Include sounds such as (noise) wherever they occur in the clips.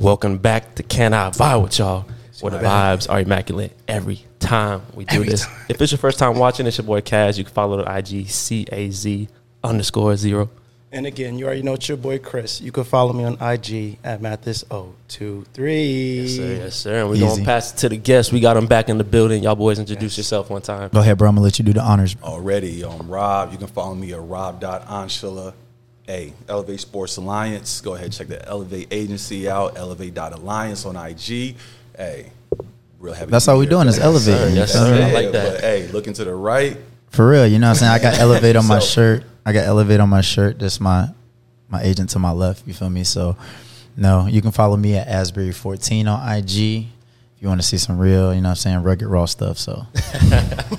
Welcome back to Can I Vibe with y'all? Where the vibes are immaculate every time we do this. If it's your first time watching, it's your boy Kaz. You can follow the IG C A Z underscore zero. And again, you already know it's your boy Chris. You can follow me on IG at Mathis023. Yes, sir. Yes, sir. And we're going to pass it to the guests. We got them back in the building. Y'all boys introduce yourself one time. Go ahead, bro. I'm gonna let you do the honors. already. Um, Rob, you can follow me at rob.anshula. Hey, Elevate Sports Alliance. Go ahead, check the Elevate agency out. Elevate.alliance on IG. Hey, real happy. That's to be all we're here. doing is Thanks. elevating. Yes, you feel sir. me? I like Yeah, that. But, hey, looking to the right. For real, you know what I'm saying? (laughs) I got elevate on my So- shirt. I got elevate on my shirt. That's my my agent to my left. You feel me? So no, you can follow me at Asbury14 on IG. If you want to see some real, you know what I'm saying, rugged raw (laughs) stuff. So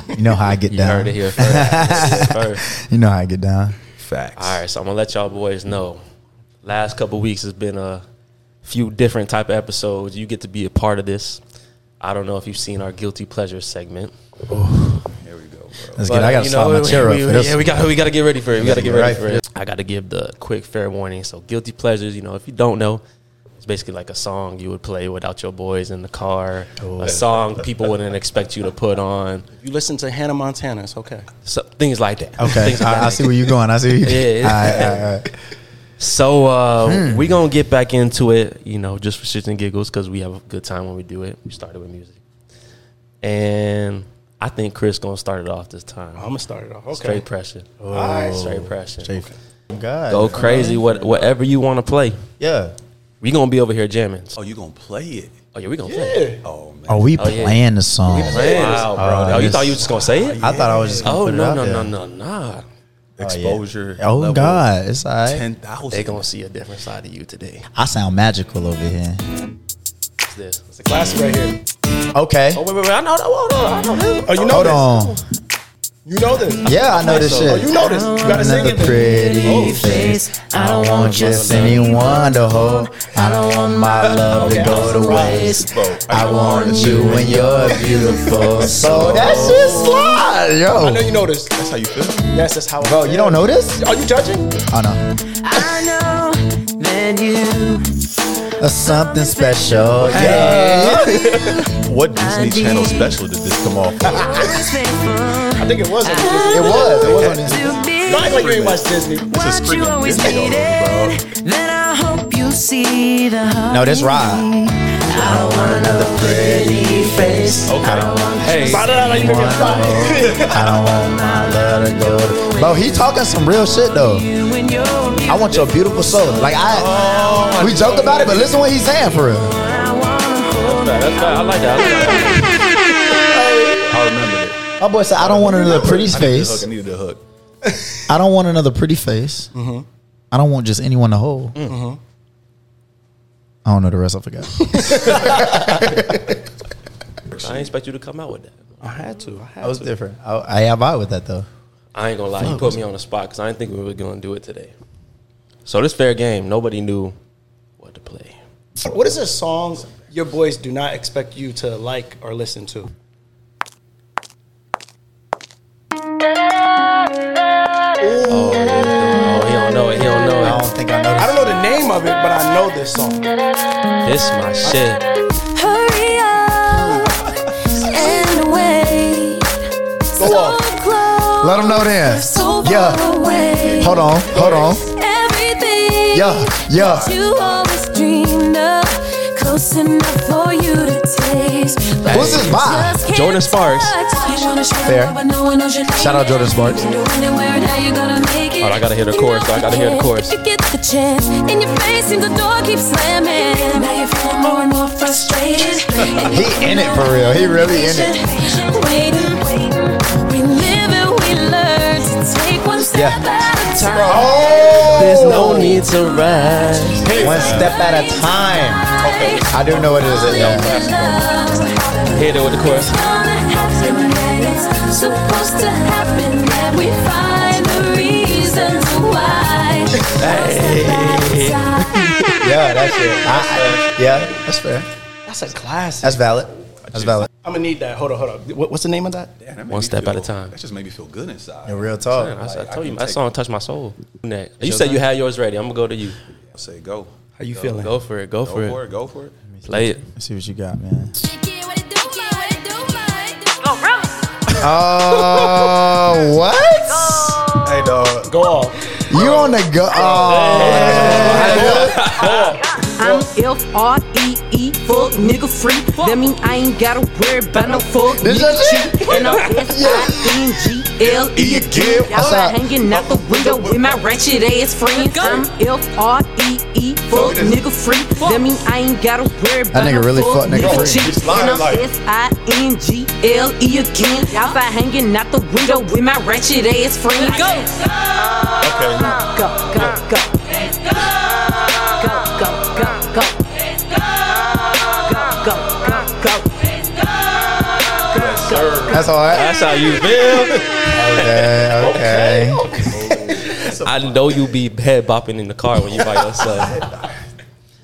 you know how I get You down. heard it here first. This (laughs) is first. You know how I get down. Facts. All right, so I'm going to let y'all boys know. Last couple weeks has been a few different type of episodes. You get to be a part of this. I don't know if you've seen our guilty pleasure segment. Here we go, bro. Let's get I gotta you slide know, my chair up we- for we- this. Yeah, we got we got to get ready for it. We got to gotta get get ready ready for for it. I got to give the quick fair warning. So, guilty pleasures. You know, if you don't know, it's basically like a song you would play without your boys in the car. A song people wouldn't expect you to put on. If you listen to Hannah Montana, it's okay. So, things like that. Okay, Things like I, I that. see where you're going. I see. Where you, (laughs) Yeah, yeah. All right, all right, all (laughs) right. So uh, Hmm. we're gonna get back into it, you know, just for shits and giggles, because we have a good time when we do it. We started with music, and I think Chris gonna start it off this time. I'm going to start it off. Okay. Straight pressure, All right. straight pressure. God, Go crazy, what whatever you want to play. Yeah. We gonna be over here jamming. Oh, you gonna play it? Oh yeah, we gonna play. Yeah. Oh man. Are we Oh, yeah. playing the song? Wow, bro. Uh, oh, you this- thought you were just gonna say it? I thought I was just. Gonna oh put it no out no there. no no nah. Exposure. Oh level God, it's all right. Ten thousand. They gonna see a different side of you today. I sound magical over here. What's this? It's like, Classic right here. Okay. oh wait wait wait! I know hold on, I know this. Oh, you know Hold this. on. You know this. Yeah, I know this so. shit. Oh, you know this. You got to sing Another it. then. pretty Oh. face. I don't want just anyone to hold. I don't want my love to Okay, I'm go to surprised. waste. Bro, I you want orange? you when you're (laughs) beautiful. So that shit slide, I know yo. you know this. That's how you feel. Yes, that's how I Bro, you feel. don't know this? Are you judging? Oh no. I know that you Uh, something special, yeah. Yeah. What Disney Channel special did this come off? of? always faithful I think it was. on Uh-huh. Disney. It was. It was on this. to be Don't act like you ain't watched Disney. This is what you freaking always Disney all needed. over, bro. Then I hope you see the heart. No, that's in Rod. me. I don't want another pretty face. Okay. Hey, I don't know. You make me cry. I don't want my love to go to. (laughs) Bro, he talking some real shit though. You and your beauty. I want your beautiful soul. Like I, we joke about it, but listen what he's saying for real. I wanna hold that's bad. I like that. I like that. I remember it. My boy said, I don't want another pretty I needed a hook. I face. needed a hook. I don't want another pretty face. I don't want just anyone to hold. I don't know the rest. I (laughs) forgot. I didn't expect you to come out with that. I had to. I had I was to. different. I, I have out with that though. I ain't gonna lie, you put me on the spot because I didn't think we were gonna do it today. So this fair game, nobody knew what to play. What is a song your boys do not expect you to like or listen to? Oh, here we go. oh he don't know it. He don't I know don't think I know. I don't This. know the name of it, but I know this song. it. This my shit. Hurry up and wait. Go off. So close, Let him know then. so far Yeah. away. Hold on. Hold on. Everything Yeah, yeah. that you always dreamed of, close enough for you to taste. But Who's this by? just can't Jordan Sparks. touch. You wanna show Fair. love, but no one knows your name. Shout out Jordan Sparks. You can do it and wear it how you gonna make it. Hold on, I gotta hear the chorus, though. I gotta hear the chorus. If you get the chance, and your face seems the door keeps slamming. Now you're feeling more and more frustrated. And (laughs) He in it for real. He really in it. yeah. Oh, There's no need to rush. One step at a time. Okay. I do know what it is. Yeah. Hit it with the chorus. Supposed to happen that we find the reasons why. Yeah, that's it. I, I- yeah, that's fair. That's a classic. That's valid. That's valid. I'm gonna need that. Hold on, hold on. What, what's the name of that? Damn, that made One me step feel- at a time. That just made me feel good inside. In real talk. I, said- I I told you can that take- song touched my soul. Next. You said you had yours ready. I'm gonna go to you. I say go. How you feeling? Go for it. Go, Go for it. for it. Go for it. Play it. Let's see what you got, man. Oh, what? Hey, dog. Go off. You on the go? Oh, I'm F R E E, fuck nigga free. That mean I ain't gotta worry about no fuck This nigga is it? cheat. And I'm S I N G L E again. Y'all Outside. are hanging out the window with my ratchet ass friends. I'm F R E E, fuck nigga free. That mean I ain't gotta worry about nigga no really fuck fuck nigga free. cheat. He's lying And I'm like- S I N G L E again. Y'all are hanging out the window with my ratchet ass friends. Go. Okay. Go, go, go. Go, go, go, go. Go, go, go, go. Yes, sir. that's all right. That's how you feel. Okay, okay. I know you be head bopping in the car when you by yourself.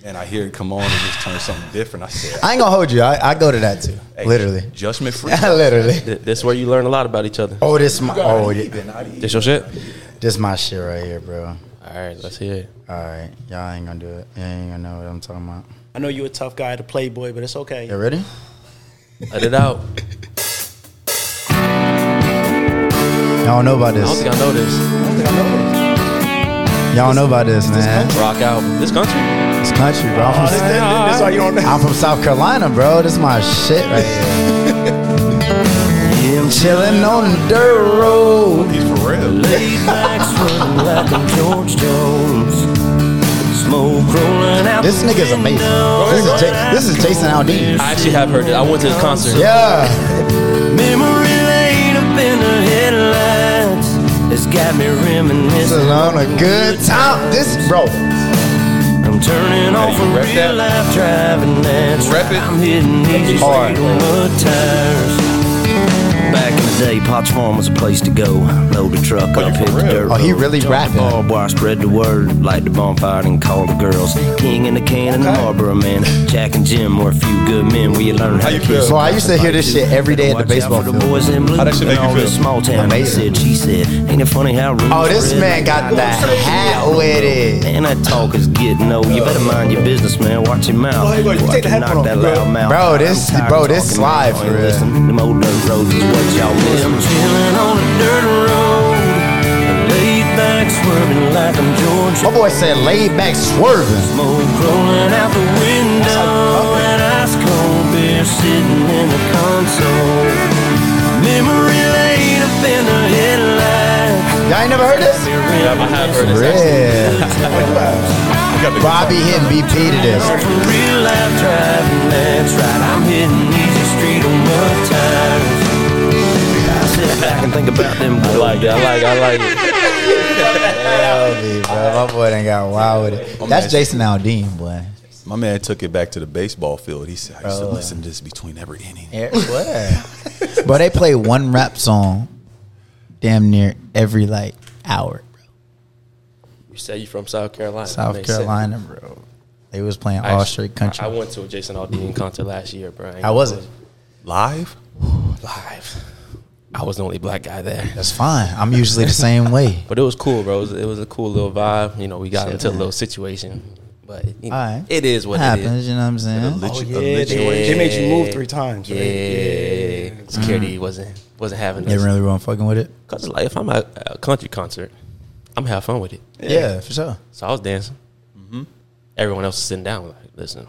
And I hear it come on and just turn something different. I said, I ain't gonna hold you. I, I go to that too. hey, Literally, (laughs) Judgment free. literally. Th- That's where you learn a lot about each other. Oh, this my oh, thi- Even, not even. This your shit? this my shit right here, bro. All right, let's hear it. All right, y'all ain't gonna do it. Y'all ain't gonna know what I'm talking about. I know you a tough guy to play boy, but it's okay. You ready? Let it out. Y'all don't know about I don't this. think I know this. Y'all don't know about this, man. Rock out. This country? It's country, bro. Oh, I'm from, That's all you don't know. I'm from South Carolina, bro. This my shit right here. Yeah, I'm chilling on the dirt road. He's for real. This nigga's amazing. This is Ja- this is Jason Aldean. I actually have heard it. I went to his concert. Yeah. Memory lane up in the headlights. It's got me This reminiscing. is on a good time. This bro. I'm turning off you a rep that? real life driving. That's Rep right. it. I'm hitting easy hard. freedom of tires. Back in the day, Potts Farm was a place to go. Load the truck you up, hit for the real? dirt Oh, he road. really Jump the rapping. barbed wire, spread the word, light the bonfire and call the girls. King and the can and the Marlboro man. Jack and Jim were a few good men. We learned how, you to feel? kiss. So I used to hear this shit every day at the Watch out baseball for the field. boys in blue. How that shit make And you all feel? this Small town. They Amazing. said, she said. Ain't it funny how rude Oh, this red man light got goes the up in hat the yellow. with it. Man, that talk is getting old. You better mind your business, man. Watch your mouth. hey, wait, Boy, take the I can headphone knock that off, bro. loud mouth. Bro, this- I'm tired bro, of this talking, slide man. for Ain't real. listening. Them old dirt roads is what y'all miss. I'm chilling on a dirt road. Laid back, swerving like I'm George. My boy said laid back swerving. Smoke rolling out the window. And ice cold beer sitting in the console. Memory laid up in the headlight. Y'all ain't never heard this? Yeah, I have heard this. Yeah. Bobby hitting BP to this. For real life driving, that's right. I'm hitting easy street on my tires. I sit back and think about them. I like it. I like it. I like it. Hell, me, bro. My boy done got wild with it. That's Jason Aldean, boy. My man took it back to the baseball field. He said, I used to Bro. listen to this between every inning. Oh, Yeah, Eh, (laughs) What? but they play one rap song damn near every like hour. bro. You say you from South Carolina. South Makes sense. Carolina, bro. They was playing I all actually- straight I, country. I went to a Jason Aldean concert last year, bro. I ain't How was it? Live? Live. I was the only black guy there. That's fine. I'm usually the same way. But it was cool, bro. It was, it was a cool little vibe. You know, we got Shit, into man. a little situation. But you know, All right. it is (laughs) what it Happens, is. you know what I'm saying? Oh Litu- yeah, they, a litu- they made you move three times, right? Yeah. Mm. Security wasn't wasn't having They us. really weren't fucking with it. Cause like if I'm at a country concert, I'm gonna have fun with it. Yeah, for sure. So I was dancing. Mm-hmm. Everyone else was sitting down. Like, listen,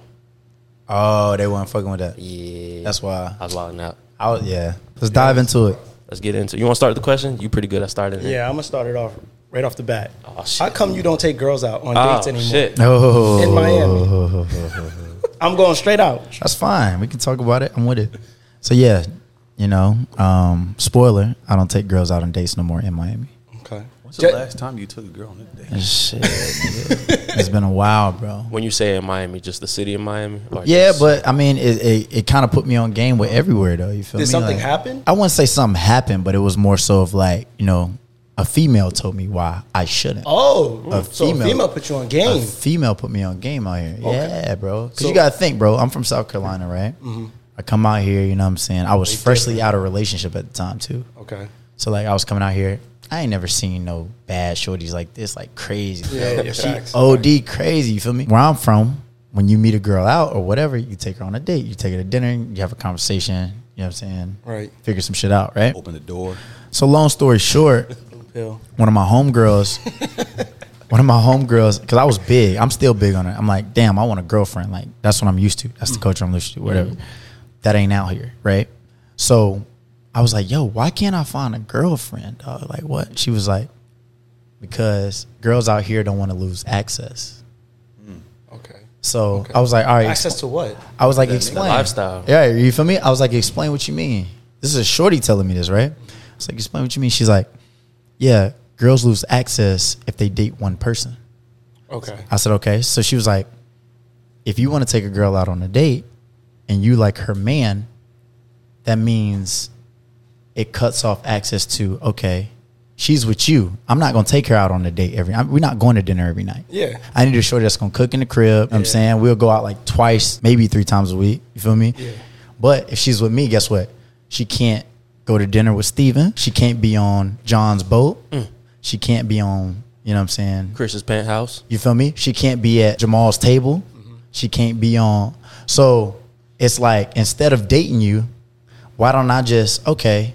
Oh, they weren't fucking with that. yeah, That's why. I was logging out. I was, yeah. Let's dive into it. Let's get into. You want to start the question? You pretty good at starting. it. Yeah, I'm gonna start it off right off the bat. Oh, shit. How come you don't take girls out on Oh dates anymore? shit. Oh, In Miami, (laughs) I'm going straight out. That's fine. We can talk about it. I'm with it. So yeah, you know, um, spoiler, I don't take girls out on dates no more in Miami. Okay. When's the last time you took a girl on a date? Shit, nigga. it's been a while, bro. When you say in Miami, just the city of Miami. Or Yeah, just- but I mean, it it, it kind of put me on game with everywhere though. You feel Did me? something Like, happen? I wouldn't say something happened, but it was more so of like you know, a female told me why I shouldn't. Oh, A so female. a female put you on A game. female put me on game out here. Yeah, bro. Because So- Mm-hmm. you got to think, bro. I'm from South Carolina, right? I come out here, you know what I'm saying? I was freshly out of relationship at the time, too. Okay. So, like, I was coming out here. I I ain't never seen no bad shorties like this, like crazy. Yeah, yeah, facts. OD crazy, you feel me? Where I'm from, when you meet a girl out or whatever, you take her on a date, you take her to dinner, you have a conversation, you know what I'm saying? Right. Oh. Figure some shit out, right? Open the door. So long story short, (laughs) Pill. one of my (laughs) homegirls, one of my homegirls, because I was big. I'm still big on it. I'm like, damn, I want a girlfriend. Like, that's what I'm used to. Mm. That's the culture I'm used to, whatever. That ain't out here, right? So I was like, yo, why can't I find a girlfriend? Dog? Like, what? She was like, because girls out here don't want to lose access. Okay. So I was like, all right. Access to what? I was like, explain. lifestyle. Yeah, you feel me? I was like, explain what you mean. This is a shorty telling me this, right? I was like, explain what you mean. She's like, yeah, girls lose access if they date one person. Okay. I said, okay. So she was like, if you want to take a girl out on a date and you like her man, that means it cuts off access to, okay, she's with you. I'm not going to take her out on a date every, I'm, we're not going to dinner every night. Yeah. I need a shorty that's gonna cook in the crib. You know what I'm Yeah. saying we'll go out like twice, maybe three times a week. You feel me? Yeah. But if she's with me, guess what? She can't go to dinner with Steven. She can't be on John's boat. Mm. She can't be on, you know what I'm saying? Chris's penthouse. You feel me? She can't be at Jamal's table. She can't be on. So it's like instead of dating you, why don't I just, okay,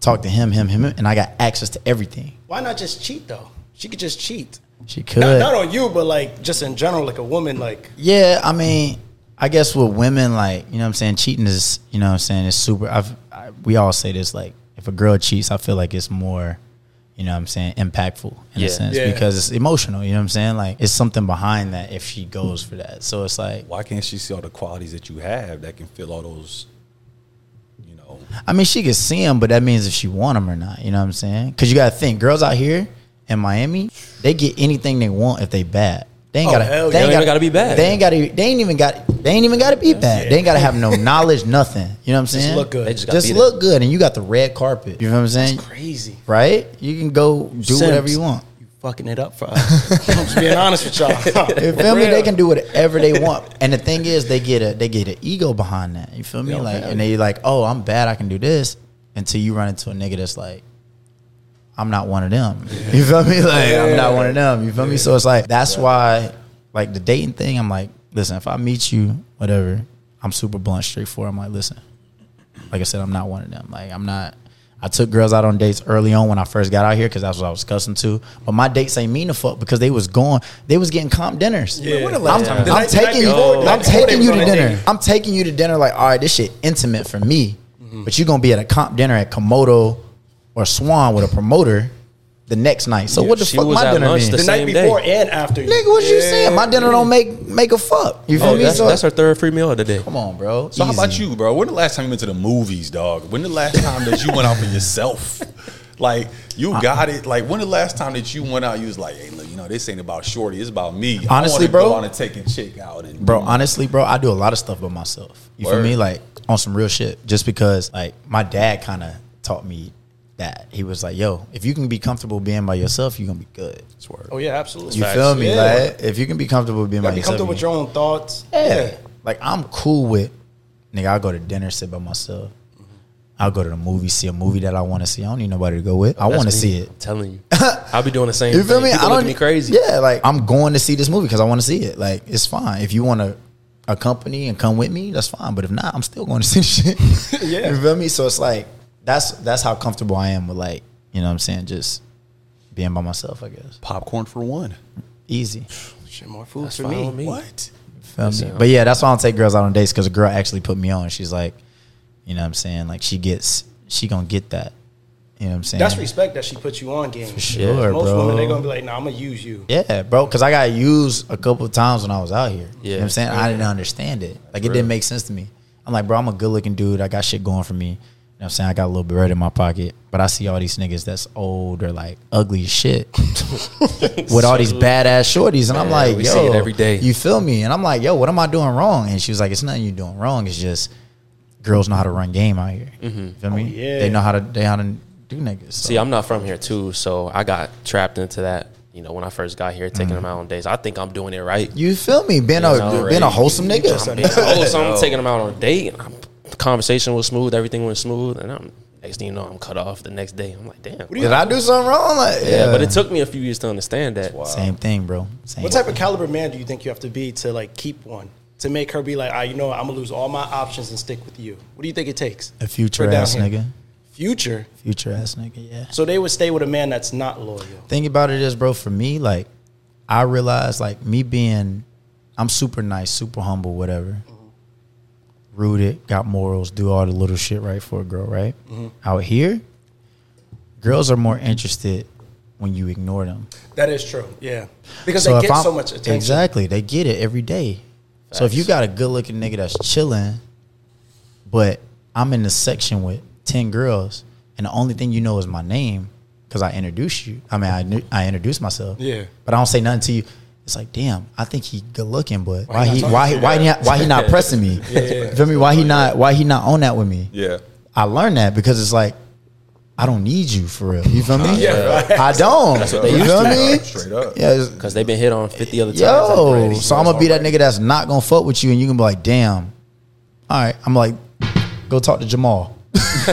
talk to him, him, him, him, and I got access to everything. Why not just cheat though? She could just cheat. She could. Not, not on you, but like just in general, like a woman, like Yeah, I mean, I guess with women, like, you know what I'm saying? Cheating is, you know what I'm saying? It's super. I've, I, we all say this, like, if a girl cheats, I feel like it's more, you know what I'm saying, impactful in a Yeah. sense Yeah. because it's emotional, you know what I'm saying? Like, it's something behind that if she goes for that. So it's like, Why can't she see all the qualities that you have that can fill all those, you know? I mean, she can see him, but that means if she want him or not. You know what I'm saying? Because you got to think, girls out here in Miami, they get anything they want if they bad. They ain't Oh, gotta. hell they They yeah. ain't don't even gotta be bad. They ain't gotta. They ain't even got. They ain't even gotta be bad. They ain't gotta have no (laughs) knowledge, nothing. You know what I'm saying? just look good. They just got Just beat look good, and you got the red carpet. You know what I'm saying? crazy. Right? You can go do Simps. whatever you want. You fucking it up for us. I'm just being honest with (laughs) y'all. You feel me? They can do whatever they want, and the thing is, they get a they get an ego behind that. You feel me? Yeah, like, hell and they like, oh, I'm bad, I can do this, until you run into a nigga that's like, I'm not one of them. You feel me? Like, I'm not one of them. You feel me? So it's like that's why, like the dating thing. I'm like, listen, if I meet you, whatever, I'm super blunt, straightforward. I'm like, listen, like I said, I'm not one of them. Like I'm not. I took girls out on dates early on when I first got out here because that's what I was accustomed to. But my dates ain't mean to fuck because they was going, they was getting comp dinners. Yeah. When the I'm, last time- I'm the night- the night taking you, before- the night I'm before they taking was you on to a dinner. date. I'm taking you to dinner. Like, all right, this shit intimate for me, Mm-hmm. but you gonna be at a comp dinner at Komodo or Swan with a promoter the next night. So Yeah, what the she fuck was my at dinner lunch mean? the the night Same before day. and after. Nigga, what you saying? My dinner don't make make a fuck. You feel Oh, me? that's, so, that's her third free meal of the day. Come on, bro. So how about Easy. you, bro? When the last time you went to the movies, dog? When the last time that you went out for yourself? (laughs) Like you got it. Like when the last time that you went out, you was like, "Hey, look, you know this ain't about shorty. It's about me." I Honestly, wanna bro- go on and take a chick out and bro. Honestly, bro, I do a lot of stuff by myself. You feel Word. me? Like on some real shit. Just because, like, my dad kind of taught me that. He was like, "Yo, if you can be comfortable being by yourself, you're gonna be good." Oh yeah, absolutely. You feel me? Yeah. Like, if you can be comfortable being by Gotta be yourself, comfortable you- with your own thoughts. yeah. Like I'm cool with nigga, I'll go to dinner, sit by myself. Mm-hmm. I'll go to the movie, see a movie that I want to see. I don't need nobody to go with. I That's want to me. see it. I'm telling (laughs) you, I'll be doing the same. You feel thing. me? People I look don't e-, at me crazy. Yeah, like I'm going to see this movie because I want to see it. Like it's fine if you want to accompany and come with me, that's fine. But if not, I'm still going to (laughs) see the shit. Yeah. you feel me? So it's like that's that's how comfortable I am with like you know what I'm saying just being by myself. I guess popcorn for one. easy. Shit, more food That's for fine me. with me. What? Feel me? But yeah, that's why I don't take girls out on dates because a girl actually put me on. She's like, you know what I'm saying? Like she gets she gonna get that. You know what I'm saying? That's respect that she put you on game. For sure, Most bro. women they gonna be like, nah, I'm gonna use you. Yeah, bro, because I got used a couple of times when I was out here. You know Yeah. what I'm saying? I didn't understand it. Like, it didn't make sense to me. I'm like, bro, I'm a good looking dude. I got shit going for me. You know what I'm saying? I got a little bread in my pocket, but I see all these niggas that's old or like ugly (laughs) as shit with all these badass shorties. And I'm Man, like, we yo, see it every day. You feel me? And I'm like, yo, what am I doing wrong? And she was like, it's nothing you're doing wrong. It's just girls know how to run game out here. You feel me? yeah. They know how to, they how to do niggas. So. Mm-hmm. See, I'm not from here too, so I got trapped into that. You know, when I first got here, taking them out on days, I think I'm doing it right. Mm-hmm. you feel me? Being You a know, being a right. wholesome nigga. Oh, so I'm taking them out on a date. And I'm, the conversation was smooth. Everything went smooth, and I'm Next thing you know, I'm cut off the next day. I'm like, damn. do you- Did I do something wrong? Like, yeah, but it took me a few years to understand that. same thing, bro. Same. What type of caliber man do you think you have to be to like keep one? To make her be like, ah, you know, what? I'm gonna lose all my options and stick with you. What do you think it takes? A future For down ass here. nigga. Future. Future ass nigga. Yeah. So they would stay with a man that's not loyal. thing about it is, bro, for me, like, I realized, like, me being, I'm super nice, super humble, whatever. Rooted, got morals, do all the little shit right for a girl, right? Out here, girls are more interested when you ignore them. That is true. Yeah. Because they get I'm- so much attention. Exactly. They get it every day. So if you got a good looking nigga that's chilling, but I'm in the section with 10 girls, and the only thing you know is my name because I introduce you. I mean, I, knew, I introduced myself. Yeah. But I don't say nothing to you. It's like, damn, I think he good looking, but why, he he not why talking he, why he not, why he not (laughs) pressing me? You feel me? Why he not why he not on that with me? Yeah. I learned that because it's like I don't need you for real. You feel me? Yeah. I don't. You feel me? Straight up. Yeah, it's- Because they've been hit on 50 other times. Yo, already. so I'm gonna be that nigga that's not gonna fuck with you, and you gonna be like, damn. All right, I'm like, go talk to Jamal. (laughs)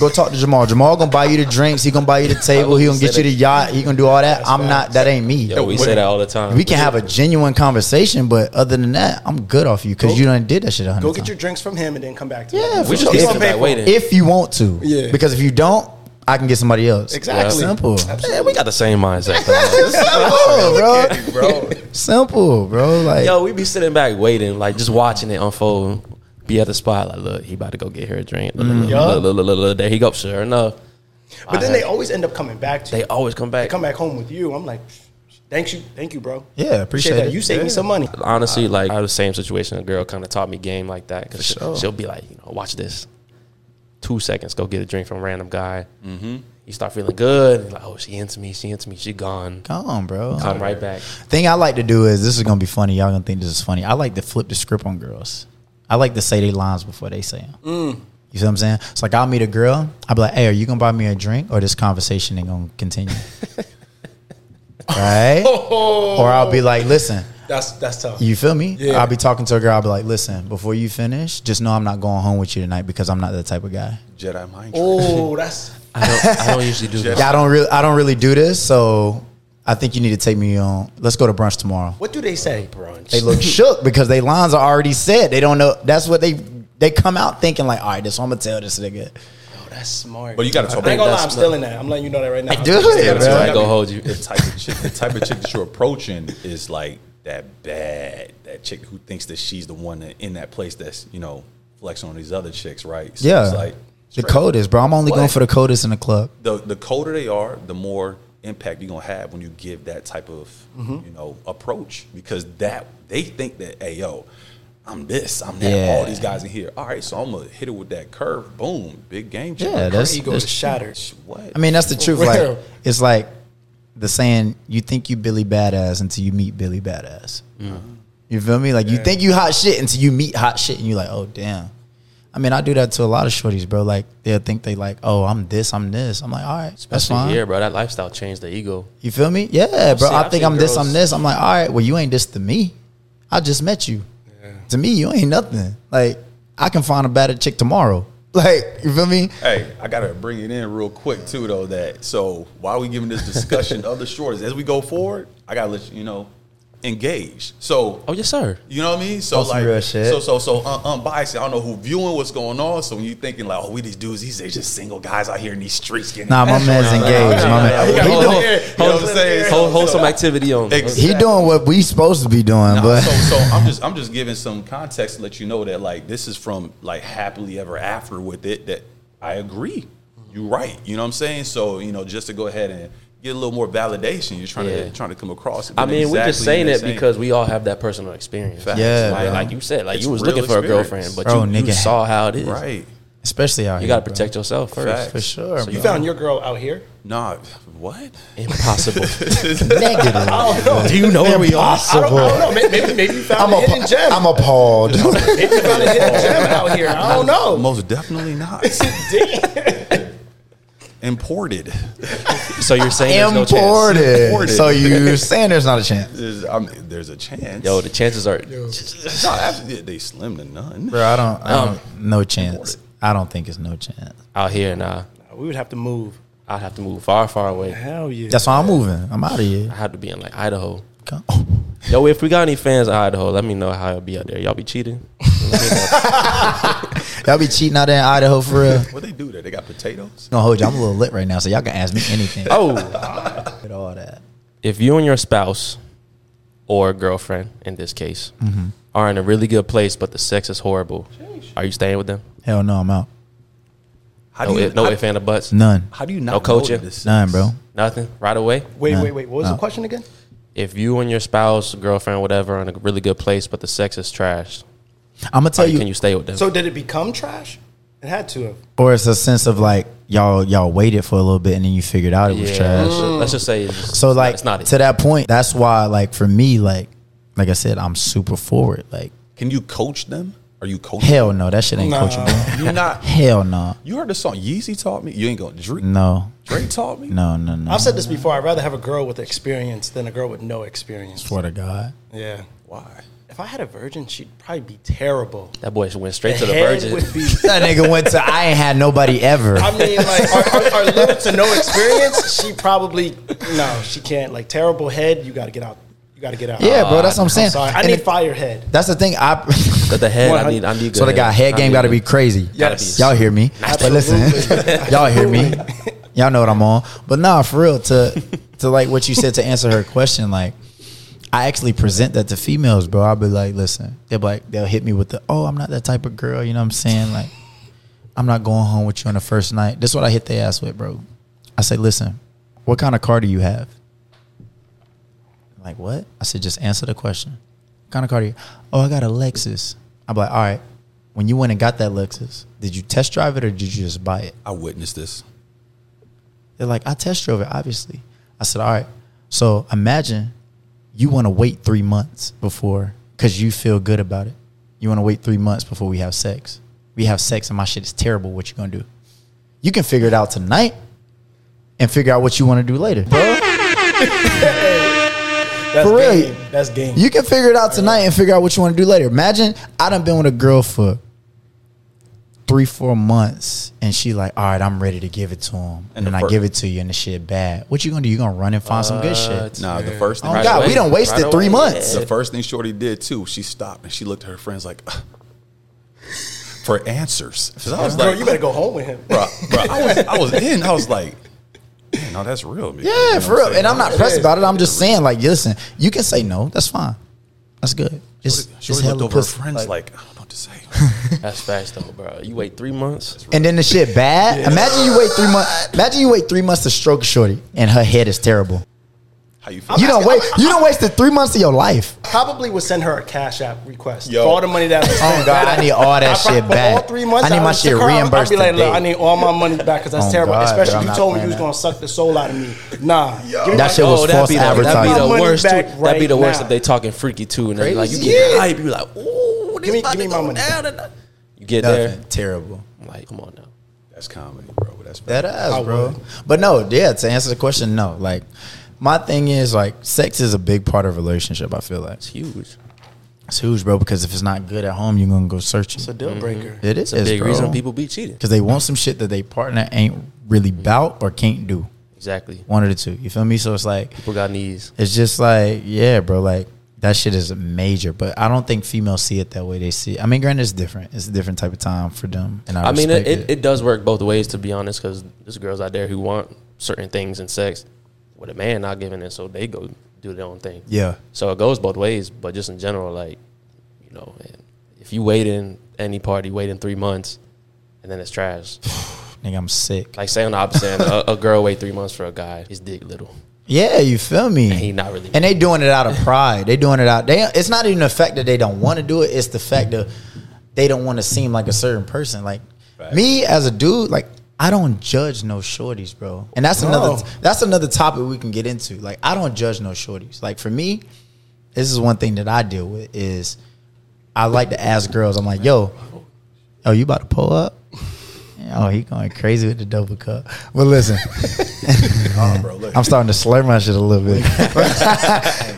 go talk to Jamal. Jamal gonna buy you the drinks. He gonna buy you the table. He gonna get you the yacht. He gonna do all that. I'm not. That ain't me. Yo, we say that all the uh, time. We can have a genuine conversation, but other than that, I'm good off you because you done did that shit. a hundred Go get times. your drinks from him and then come back to Yeah, me. for We sure. just get If- to that If- way then. if you want to. Yeah. Because if you don't, I can get somebody else. Exactly. Simple. Man, we got the same mindset. though. (laughs) Simple, bro. (laughs) Bro, Simple, bro. Like Yo, we be sitting back waiting, like just watching it unfold. Be at the spot, like, look, he about to go get her a drink. Look, look, Yeah. look, look, look, look, look, there he go. Sure enough, But then they always end up coming back to they you. always come back. They come back home with you. I'm like, thank you, thank you, bro. Yeah, appreciate it. You saved me some money. Honestly, like I had the same situation. A girl kind of taught me game like that because she'll be like, you know, watch this. Two seconds, go get a drink from a random guy. Mm-hmm. You start feeling good. and like, oh, she into me. She into me. She gone. Come on, bro. Come right back. Thing I like to do is this is gonna be funny. Y'all gonna think this is funny. I like to flip the script on girls. I like to say they lines before they say them. You see what I'm saying? It's like I'll meet a girl. I'll be like, "Hey, are you gonna buy me a drink, or this conversation ain't gonna continue?" right? Or I'll be like, "Listen, That's that's tough. you feel me? Yeah. I'll be talking to a girl. I'll be like, "Listen, before you finish, just know I'm not going home with you tonight because I'm not that type of guy. Jedi mind trick. oh, that's I don't, I don't usually (laughs) do that. Yeah, I don't really, I don't really do this. So I think you need to take me on. Let's go to brunch tomorrow." what do they say? Brunch. they look shook because they lines are already said. They don't know. That's what they they come out thinking like, all right, this I'm gonna tell this nigga. Oh, that's smart. But you gotta talk I ain't gonna lie, about I'm still in that. I'm letting you know that right now. I do it, that's bro. right. I go hold you. The type of chick, the type of chick that you're approaching is like that bad, that chick who thinks that she's the one that, in that place that's you know flexing on these other chicks, right? So Yeah, it's like the straight- coldest, bro. I'm only What? going for the coldest in the club. The the colder they are, the more impact you're gonna have when you give that type of Mm-hmm. you know approach because that they think that hey yo. I'm this. I'm that. Yeah. All these guys in here. All right, so I'm gonna hit it with that curve. Boom, big game. changer. Yeah, that's, Ego (laughs) that's- is shattered. what? I mean, that's the truth. real. Like, it's like the saying, "You think you Billy Badass until you meet Billy Badass." You feel me? Like, you think you hot shit until you meet hot shit, and you like, oh damn. I mean, I do that to a lot of shorties, bro. Like, they'll think they like, oh, I'm this, I'm this. I'm like, all right, that's Especially fine. here, bro. That lifestyle changed the ego. You feel me? Yeah, bro. seen- I I've think seen I'm this, I'm girls- this. I'm like, all right, well, you ain't this to me. I just met you. To me, you ain't nothing. Like, I can find a better chick tomorrow. (laughs) Like, you feel me? Hey, I gotta bring it in real quick too, though. That so while we giving this discussion of the shortest as we go forward, I gotta let you, you know engage. So Oh yes, sir. you know what I mean. So On some like real shit. so so so un- unbiased. I don't know who viewing what's going on. So when you thinking like, oh, we these dudes, these are just single guys out here in these streets getting Nah, my man's engaged. My man. Yeah, He hold doing- on. You know what I'm saying? Hold, hold So- some activity on. Ex- He doing what we supposed to be doing, Nah, but so, (laughs) so I'm just I'm just giving some context to let you know that like this is from like happily ever after with it that I agree. You're right. You know what I'm saying? So, you know, just to go ahead and get a little more validation, you're trying Yeah. to trying to come across. I mean, we're just exactly saying in it that same- because we all have that personal experience. Facts. Yeah, like, bro. like you said, like It's you was real looking for a experience. girlfriend, but Bro, you, you nigga. saw how it is. right. (laughs) especially out You here, got to bro. protect yourself first. Facts. for sure. So bro. You found your girl out here. Nah, what? (laughs) Impossible. negative. Oh (laughs) no. Do you know where we are? I don't, I don't know. May- Maybe, maybe you found I'm, a hidden app- gem. I'm appalled. maybe you found a hidden (laughs) gem out here. I don't know. Most definitely not. Imported. (laughs) So you're saying there's no chance. Imported. Imported. So you saying there's not a chance, There's, I'm, there's a chance. Yo, the chances are Nah, that's- they slim to none. Um, bro? I don't. I don't. No chance. Imported. I don't think it's no chance. Out here, nah. We would have to move. I'd have to move far, far away. Hell yeah. That's why I'm moving. I'm out of here. I had to be in like Idaho. Come- Yo, if we got any fans in Idaho, let me know how y'all be out there. Y'all be cheating? (laughs) Y'all be cheating out there in Idaho for real. (laughs) What they do there? They got potatoes. No, hold you. I'm a little lit right now, so y'all can ask me anything. (laughs) Oh, With all that. if you and your spouse or girlfriend, in this case, Mm-hmm. are in a really good place, but the sex is horrible, are you staying with them? Hell no, I'm out. How No, do you if, no how, ifs and a buts. None. how do you not No know coaching. this is- None, bro. Nothing right away. Wait, Nah. wait, wait. What was Oh. the question again? If you and your spouse, girlfriend, whatever, are in a really good place, but the sex is trash, I'm gonna tell you, can you stay with them? So did it become trash? It had to have. or it's a sense of like y'all y'all waited for a little bit and then you figured out it was yeah, trash. let's, just, let's just say it's just- So like it's not it. to that point, that's why like for me, like like I said, I'm super forward. Like Can you coach them? Are you coaching? hell no, that shit ain't Nah. coachable. (laughs) You're not. Hell no, You heard the song Yeezy taught me. You ain't gonna drink. no, Drake taught me. no, no, no. I've said this before. I'd rather have a girl with experience than a girl with no experience. swear to God. Yeah. Why? If I had a virgin, she'd probably be terrible. That boy went straight to the Head virgin. would be- That nigga went to I ain't had nobody (laughs) ever. I mean, like our, our, our little to no experience, she probably no, she can't. Like terrible head, you got to get out. You got to get out. yeah, bro, that's what I'm saying. I'm sorry, I And need it- fire head. that's the thing. I But (laughs) the head, I 100 need, I need. So good the guy head game I got to need be good- crazy. Yes. y'all hear me? But listen, (laughs) y'all hear me? Y'all know what I'm on. But nah, for real, to to like what you said to answer her question, like I actually present that to females, bro. I'll be like, listen, they'll be like they'll hit me with the oh, I'm not that type of girl. You know what I'm saying? Like I'm not going home with you on the first night. This is what I hit their ass with, bro. I say, listen, what kind of car do you have? like, what? I said, just answer the question. What kind of car do you? Oh, I got a Lexus. I'm like, all right. When you went and got that Lexus, did you test drive it or did you just buy it? I witnessed this. They're like, I test drove it, obviously. I said, all right. So imagine you want to wait three months before, because you feel good about it. You want to wait three months before we have sex. We have sex and my shit is terrible. What you gonna do? You can figure it out tonight and figure out what you want to do later. That's For real. game. That's game. You can figure it out tonight and figure out what you want to do later. Imagine I done been with a girl for three, four months, and she like, all right, I'm ready to give it to him, and, And the then I fir- give it to you, and the shit bad. What you gonna do? You gonna run and find some good shit? Nah, the first Oh thing. my Right God, away. we done wasted Right three away. months. The first thing Shorty did too, she stopped and she looked at her friends like, "Ugh," for answers. 'Cause I was Girl, like, you better go home with him. bro, bro, I was, I was in. I was like, "Man, no, that's real. man." You know Yeah, what for real. saying? and I'm not pressed about it. I'm just saying, like, listen, you can say no. That's fine. That's good. Just, Shorty, just Shorty looked hella over her pussy. friends Like, like, I don't know what (laughs) to say. That's fast though, bro. You wait three months. and then the shit bad. Imagine you wait three months. Imagine you wait three months to stroke shorty, and her head is terrible. How you feel? You don't wait. You don't wasted three months of your life. Probably would send her a cash app request Yo. for all the money that. I Oh spent. God, I need all that I- shit for back. All three months, I need my was shit sick, I would- reimbursed. I'd be like, today. look, I need all my money back because that's Oh, terrible. God, Especially bro, I'm you not told me playing you was that. gonna suck the soul out of me. Nah, give me that my- shit Oh, was that'd false be the, that'd be the advertising. money worst. back too. right that'd be the worst now. if they talking freaky too, and they like you Crazy. get Yeah. hype. You be like, ooh, this Give me- about give me to my go money. down tonight. You get Nothing. there, Terrible. I'm like, come on now. That's comedy, bro. That's That ass, bro. would. But no, yeah. To answer the question, no. Like, my thing is like, sex is a big part of a relationship. I feel like It's huge. it's huge, bro. Because if it's not good at home, you're gonna go searching. It's a deal breaker. It is Mm-hmm. It's a big reason people be cheating. because they want some shit that they partner ain't really bout or can't do. Exactly. One of the two. You feel me? So it's like People got knees. It's just like, yeah, bro, like that shit is major. But I don't think females see it that way. They see. I mean, granted, it's different. It's a different type of time for them. And I, I mean, it, it, respect it does work both ways, to be honest, because there's girls out there who want certain things in sex with a man not giving it, so they go do their own thing. Yeah. So it goes both ways, but just in general, like, you know, man, if you wait in any party, wait in three months, and then it's (laughs) trash. Nigga, I'm sick. Like, say on the opposite end, a, a girl wait three months for a guy, his dick little. Yeah, you feel me? he not really- And they doing it out of pride. they doing it out. They. It's not even the fact that they don't want to do it. It's the fact that they don't want to seem like a certain person. Like me as a dude, like. I don't judge no shorties, bro. And that's another that's another topic we can get into. Like I don't judge no shorties. Like for me, this is one thing that I deal with is I like to ask girls, I'm like, yo, oh, you about to pull up? (laughs) Oh, he going crazy with the double cup. Well, listen, oh, bro. Look, I'm starting to slur my shit a little (laughs) bit.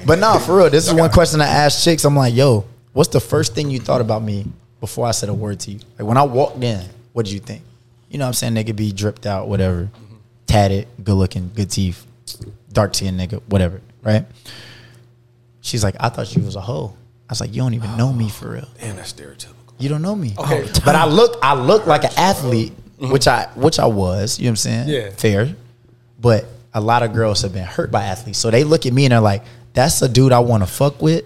but no, for real, this is one question I ask chicks. I'm like, yo, what's the first thing you thought about me before I said a word to you? Like when I walked in, What did you think? You know what I'm saying? They could be dripped out, whatever, tatted, good looking, good teeth, dark skin nigga, whatever, right? She's like, I thought you was a hoe. I was like, you don't even know me for real. Damn, that's stereotypical. You don't know me. Okay. (laughs) But I look I look like an athlete, which I which I was, you know what I'm saying? Yeah. Fair. But a lot of girls have been hurt by athletes. So they look at me and they're like, that's a dude I want to fuck with,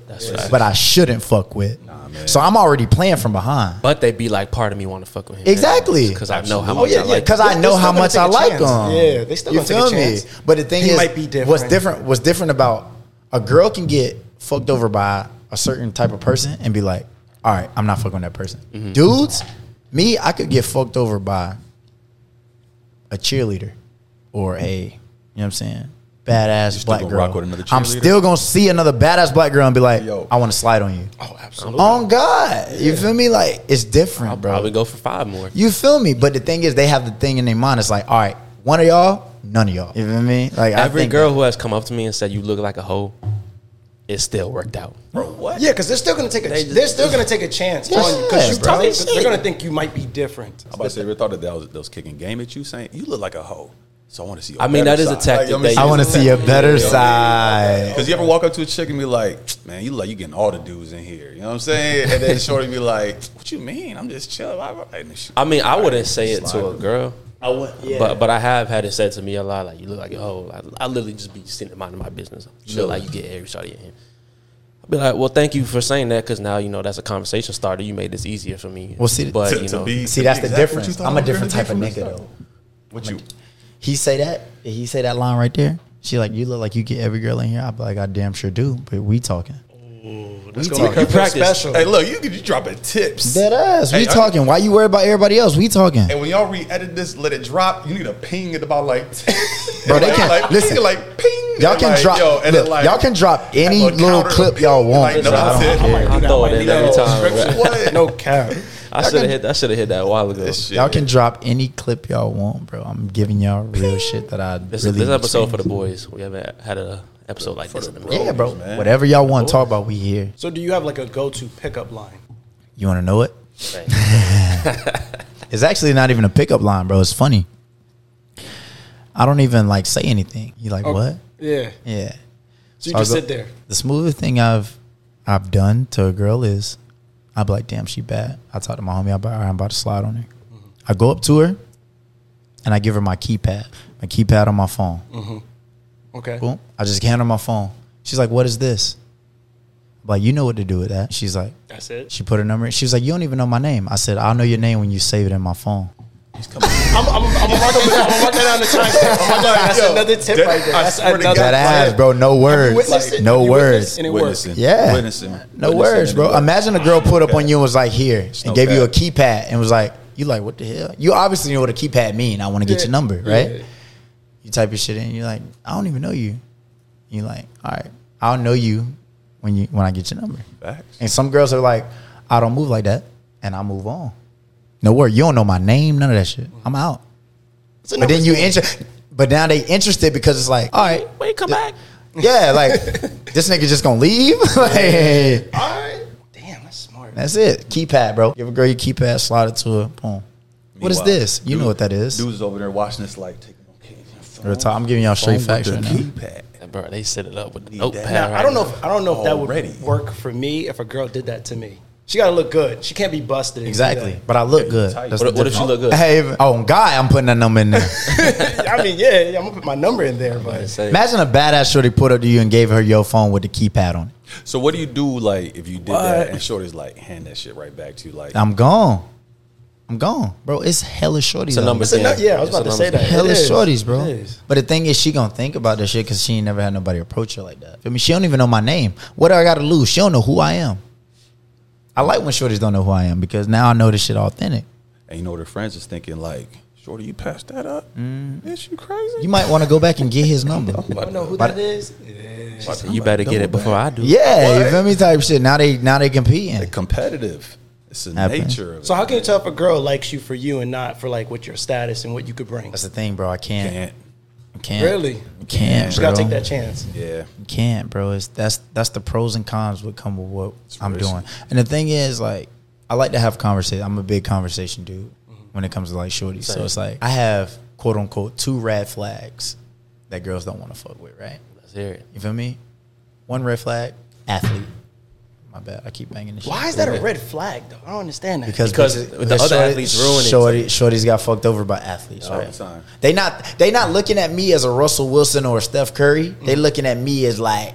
but I shouldn't fuck with. so I'm already playing from behind. But they be like, part of me want to fuck with him. Exactly. Because I know how Oh much yeah, I yeah, like. because I Yeah, know they how still much I gonna take a chance. like them. Yeah, they still you gonna take feel a chance. me? But the thing He is, might be different. what's different? What's different about a girl can get fucked over by a certain type of person and be like, "All right, I'm not fucking with that person." Mm-hmm. Dudes, me, I could get fucked over by a cheerleader or a, you know what I'm saying, badass still black gonna girl. rock with another I'm cheerleader? still gonna see another badass black girl and be like, Yo. "I want to slide on you." Oh, absolutely. On God, you feel me? Like it's different, bro. Probably go for five more. You feel me? But the thing is, they have the thing in their mind. It's like, all right, one of y'all, none of y'all. You feel me? Like I Every think- girl who has come up to me and said you look like a hoe, it still worked out. Bro, what? Yeah, because they're still gonna take a They just- they're still gonna take a chance Yeah, on you because bro. they're gonna think you might be different. I'm about to say, ever thought that that was, that was kicking game at you, saying you look like a hoe. So I want to see. your I mean, that better is a side. tactic Like, that you- I want to see a better side. Because you ever walk up to a chick and be like, "Man, you like you getting all the dudes in here," you know what I'm saying? And then shorty be like, "What you mean? I'm just chill." I, I, and she- I mean, I wouldn't say it to a Slide. girl, I would, yeah. but but I have had it said to me a lot. Like you look like a hoe. Like, I literally just be sitting minding my business. You look like you get every shot in here. I'd be like, well, thank you for saying that because now you know that's a conversation starter. You made this easier for me. Well, see, but to- you to know, (laughs) be- See, that's the exactly what difference. you thought I'm a I was different gonna type of do nigga from the though. start. What you? He say that. He say that line right there. She like, you look like you get every girl in here. I be like, I damn sure do. But we talking. we you talking. practice. special. Hey, look, you could- you dropping tips. Dead ass. We Hey, I- talking. Why you worry about everybody else? We talking. And when y'all re-edit this, let it drop. You need a ping at about like, (laughs) Bro, they like, can't- like, listen. ping, like ping. Y'all and can like, drop. yo, and then look, like- y'all can drop any a little counter clip pick, y'all want. like, no, So I, that's it. don't care. I throw it in every time. Scripture, bro. what? no cap. I should have hit. I should have hit that a while ago. This shit. Y'all can drop any clip y'all want, bro. I'm giving y'all real shit that I This, really this episode experience. for the boys. We haven't had a episode like this in a minute. Yeah, bro. man. Whatever y'all want to talk about, we here. So do you have like a go to pickup line? You want to know it? Thanks. (laughs) It's actually not even a pickup line, bro. It's funny. I don't even like say anything. You like what? Yeah. Yeah. So you I'll just go- sit there. The smoothest thing I've I've done to a girl is I'd be like, damn, she bad. I talk to my homie, I'm about, I'm about to slide on her. Mm-hmm. I go up to her and I give her my keypad, my keypad on my phone. Okay. Boom. I just hand her my phone. She's like, what is this? I'm like, you know what to do with that. She's like, That's it. She put her number in. She was like, You don't even know my name. I said, I'll know your name when you save it in my phone. I'm, I'm, I'm, gonna mark up- I'm gonna mark that down the timestamp. I'm gonna mark that- That's Yo, another tip that- right there. I That's swear to another God. That ass, plan. bro. No You words. witnessed it. No You words. witnessed And it worked. Witnessing, Yeah. witnessing, No witnessing words, and bro. it worked. Imagine a girl pulled up on you and was like, Here, and no gave you a cap. keypad and was like, You like, what the hell? You obviously know what a keypad mean. I want to get Yeah. your number, Yeah. right? You type your shit in, you're like, I don't even know you. You're like, All right, I'll know you when you when I get your number. Facts. And some girls are like, I don't move like that, and I move on. No word. You don't know my name, none of that shit. I'm out. It's another But then you inter- but now they interested because it's like, all right, Wait, come back. yeah, like this nigga just gonna leave. (laughs) like, All right. Damn, that's smart. that's it. Keypad, bro. Give a girl your keypad, slide it to her. Boom. What is Meanwhile, this? You know dude- what that is. Dudes over there watching this like taking okay. Real talk, I'm giving y'all straight facts right now. Keypad. Bro, they set it up with the Need notepad. that. Now, right I don't know. now. If, I don't know if that Already. would work for me if a girl did that to me. She gotta look good. She can't be busted. Exactly. But I look good. tight. That's What, the what if you difference. look good? Hey, if- oh God, I'm putting that number in (laughs) there. (laughs) I mean, yeah, yeah, I'm gonna put my number in there, but Say- Imagine a badass shorty put up to you and gave her your phone with the keypad on it. So what do you do like if you did that and shorty's like hand that shit right back to you like I'm gone. I'm gone, bro. It's hella shorty. It's a out numbers here. game. no- yeah, I was It's a about to say numbers that. game. Hell It is is. shorties, bro. It is. But the thing is, she gonna think about this shit because she ain't never had nobody approach her like that. I mean, she don't even know my name. What do I gotta lose? She don't know who I am. I like when shorties don't know who I am because now I know this shit authentic. and you know their friends is thinking like shorty you passed that up? Mm. Is you crazy? You might want to go back and get his number. (laughs) I don't know who But- that is. You better get it before I do. Yeah, you What? feel me? Type shit. Now they now they competing. They're competitive. It's the Happen. nature of So it. how can you tell if a girl likes you for you and not for like what your status and what you could bring? That's the thing, bro. I can't. Can't. Can't. Really, you Can't. just bro. gotta take that chance. Yeah. can't, bro. It's that's that's the pros and cons would come with what I'm risky. Mm-hmm. doing. And the thing is, like, I like to have conversation. I'm a big conversation dude. when it comes to like shorties. So it's like I have quote unquote two red flags that girls don't want to fuck with, right? Let's hear it. You feel me? One red flag, athlete. My bad, I keep banging this. Why shit. is that a red flag though? I don't understand that. Because the other athletes ruin it. Shorty, shorties got fucked over by athletes. All right? the time. They not they not looking at me as a Russell Wilson or Steph Curry. They Mm-hmm. looking at me as like,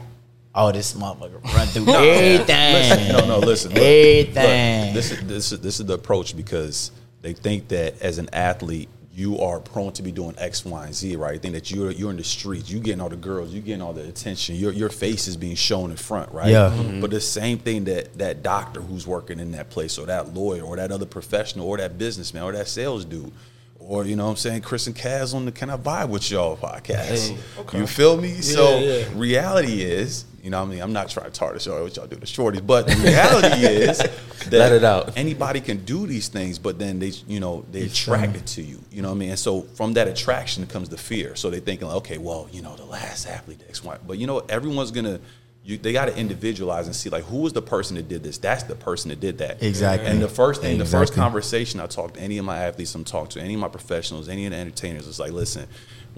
oh, this motherfucker run through everything. No, no, listen. look, Everything. look, this is this is this is the approach because they think that as an athlete you are prone to be doing X, Y, and Z, right? They think that you're you're in the streets, you getting all the girls, you getting all the attention. Your your face is being shown in front, right? Yeah. Mm-hmm. But the same thing that that doctor who's working in that place, or that lawyer, or that other professional, or that businessman, or that sales dude. Or you know what I'm saying, Chris and Kaz on the Can I Buy With Y'all podcast. You feel me? so yeah. reality is, you know, what I mean, I'm not trying to tarnish y'all what y'all do to shorties, but the reality (laughs) is that Let it out. uh, anybody can do these things, but then they, you know, they're attracted to you. You know what I mean? And so from that attraction comes the fear. So they're thinking, like, okay, well, you know, the last athlete, X, Y. But you know, everyone's gonna. You, they got to individualize and see like who was the person that did this. That's the person that did that. Exactly. And the first thing, the first Exactly. conversation conversation I talk to any of my athletes, I'm talking to any of my professionals, any of the entertainers. It's like, listen,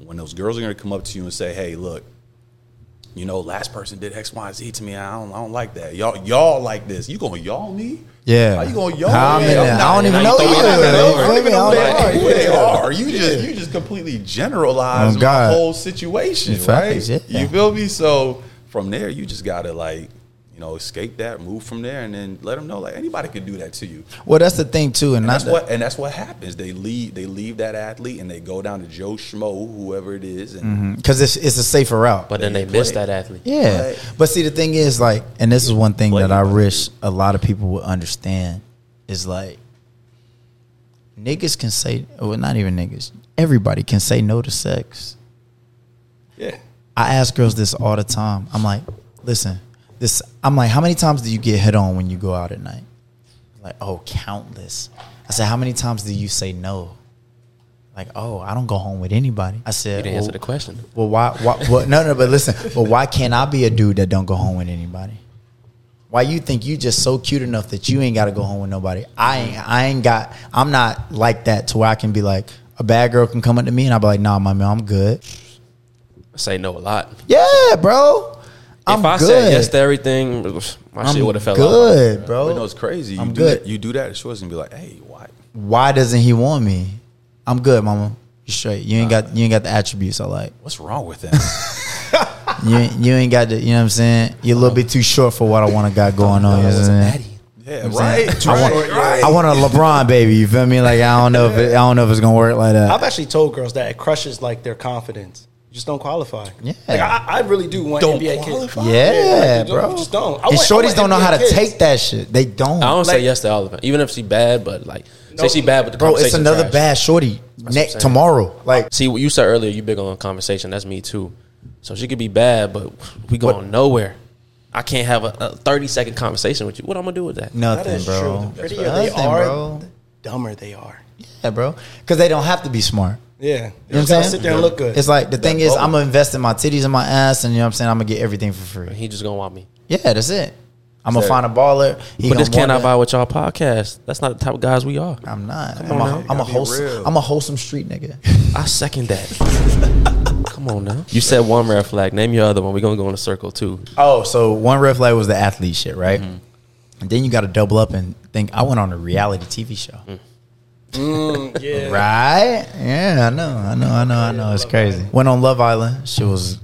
when those girls are going to come up to you and say, "Hey, look, you know, last person did X, Y, and Z to me. I don't, I don't like that. Y'all, y'all like this. You gonna y'all me? Yeah. How you gonna y'all How me? I'm in there. I don't even not- know I'm you. not- I Yeah. don't even know I don't who know. they are. You just, Yeah. you just completely generalize Oh, the God. whole situation, right? Facts, yeah. You feel me? So from there, you just gotta like. You know, escape that, move from there, and then let them know like anybody could do that to you. well, that's the thing too, and, And not that's that, what and that's what happens. They leave they leave that athlete and they go down to Joe Schmo, whoever it is, and because it's, it's a safer route. But then they They miss play. that athlete. Yeah. Right. But see, the thing is, like, and this is one thing Play that I with wish a lot of people would understand is like, niggas can say, well, not even niggas, everybody can say no to sex. yeah. I ask girls this all the time. I'm like, listen, this. I'm like, how many times do you get hit on when you go out at night? Like, oh, countless. I said, how many times do you say no? Like, oh, I don't go home with anybody. I said, You didn't well, answer the question. well, why? why well, no, no. But listen, but why can't I be a dude that don't go home with anybody? Why you think you just so cute enough that you ain't got to go home with nobody? I ain't. I ain't got. I'm not like that to where I can be like a bad girl can come up to me and I'll be like, nah, my man, I'm good. I say no a lot. Yeah, bro. I'm if I good. said yes to everything, my I'm shit would have fell out. good, bro. But no, it's crazy. You Oh, I'm do good. that you do that, Schwartz gonna be like, Hey, why? Why doesn't he want me? I'm good, mama. You straight. You ain't got you ain't got the attributes I like. What's wrong (laughs) with him? You ain't, you ain't got the you know what I'm saying. You're a little bit too short for what I want to got going on. You know what I'm saying? yeah, I'm saying, right. I want, right, right. I want a LeBron baby. You feel me? Like I don't know if it, I don't know if it's gonna work like that. I've actually told girls that it crushes like their confidence. You just don't qualify. Yeah. Like I, I really do want Don't NBA qualify? kids. yeah, like, you bro. just don't. I And want- I shorties want don't know how to NBA kids. take that shit. They don't. I don't Like- say yes to all of them, even if she bad. But like, No. say she bad, but the bro, it's conversation another trash. bad shorty what I'm neck saying. tomorrow. Like See what you said earlier. You big on conversation. That's me too. So she could be bad, but we going nowhere. I can't have a, a thirty second conversation with you. What I'm gonna do with that? That nothing, is true. bro. The prettier they Nothing, are, bro. the dumber they are. Yeah, bro. Because they don't have to be smart. Yeah. You know You what I'm gotta saying? sit there and look good. It's like the thing is, I'm gonna invest in my titties and my ass, and you know what I'm saying. I'm gonna get everything for free. He just gonna want me. Yeah, that's it. I'm Sir. gonna find a baller. He but this gonna can't I want buy with y'all podcast. That's not the type of guys we are. that. I'm not. I'm a, I'm a be wholesome. real. I'm a wholesome street nigga. I second that. (laughs) Come on now. You said one red flag. Name your other one. We're gonna go in a circle too. Oh, so one red flag was the athlete shit, right? And then you got to double up and think. I went on a reality TV show, (laughs) yeah. right? Yeah, I know, I know, I know, Mm, I know. It's crazy. Went on Love Island. She was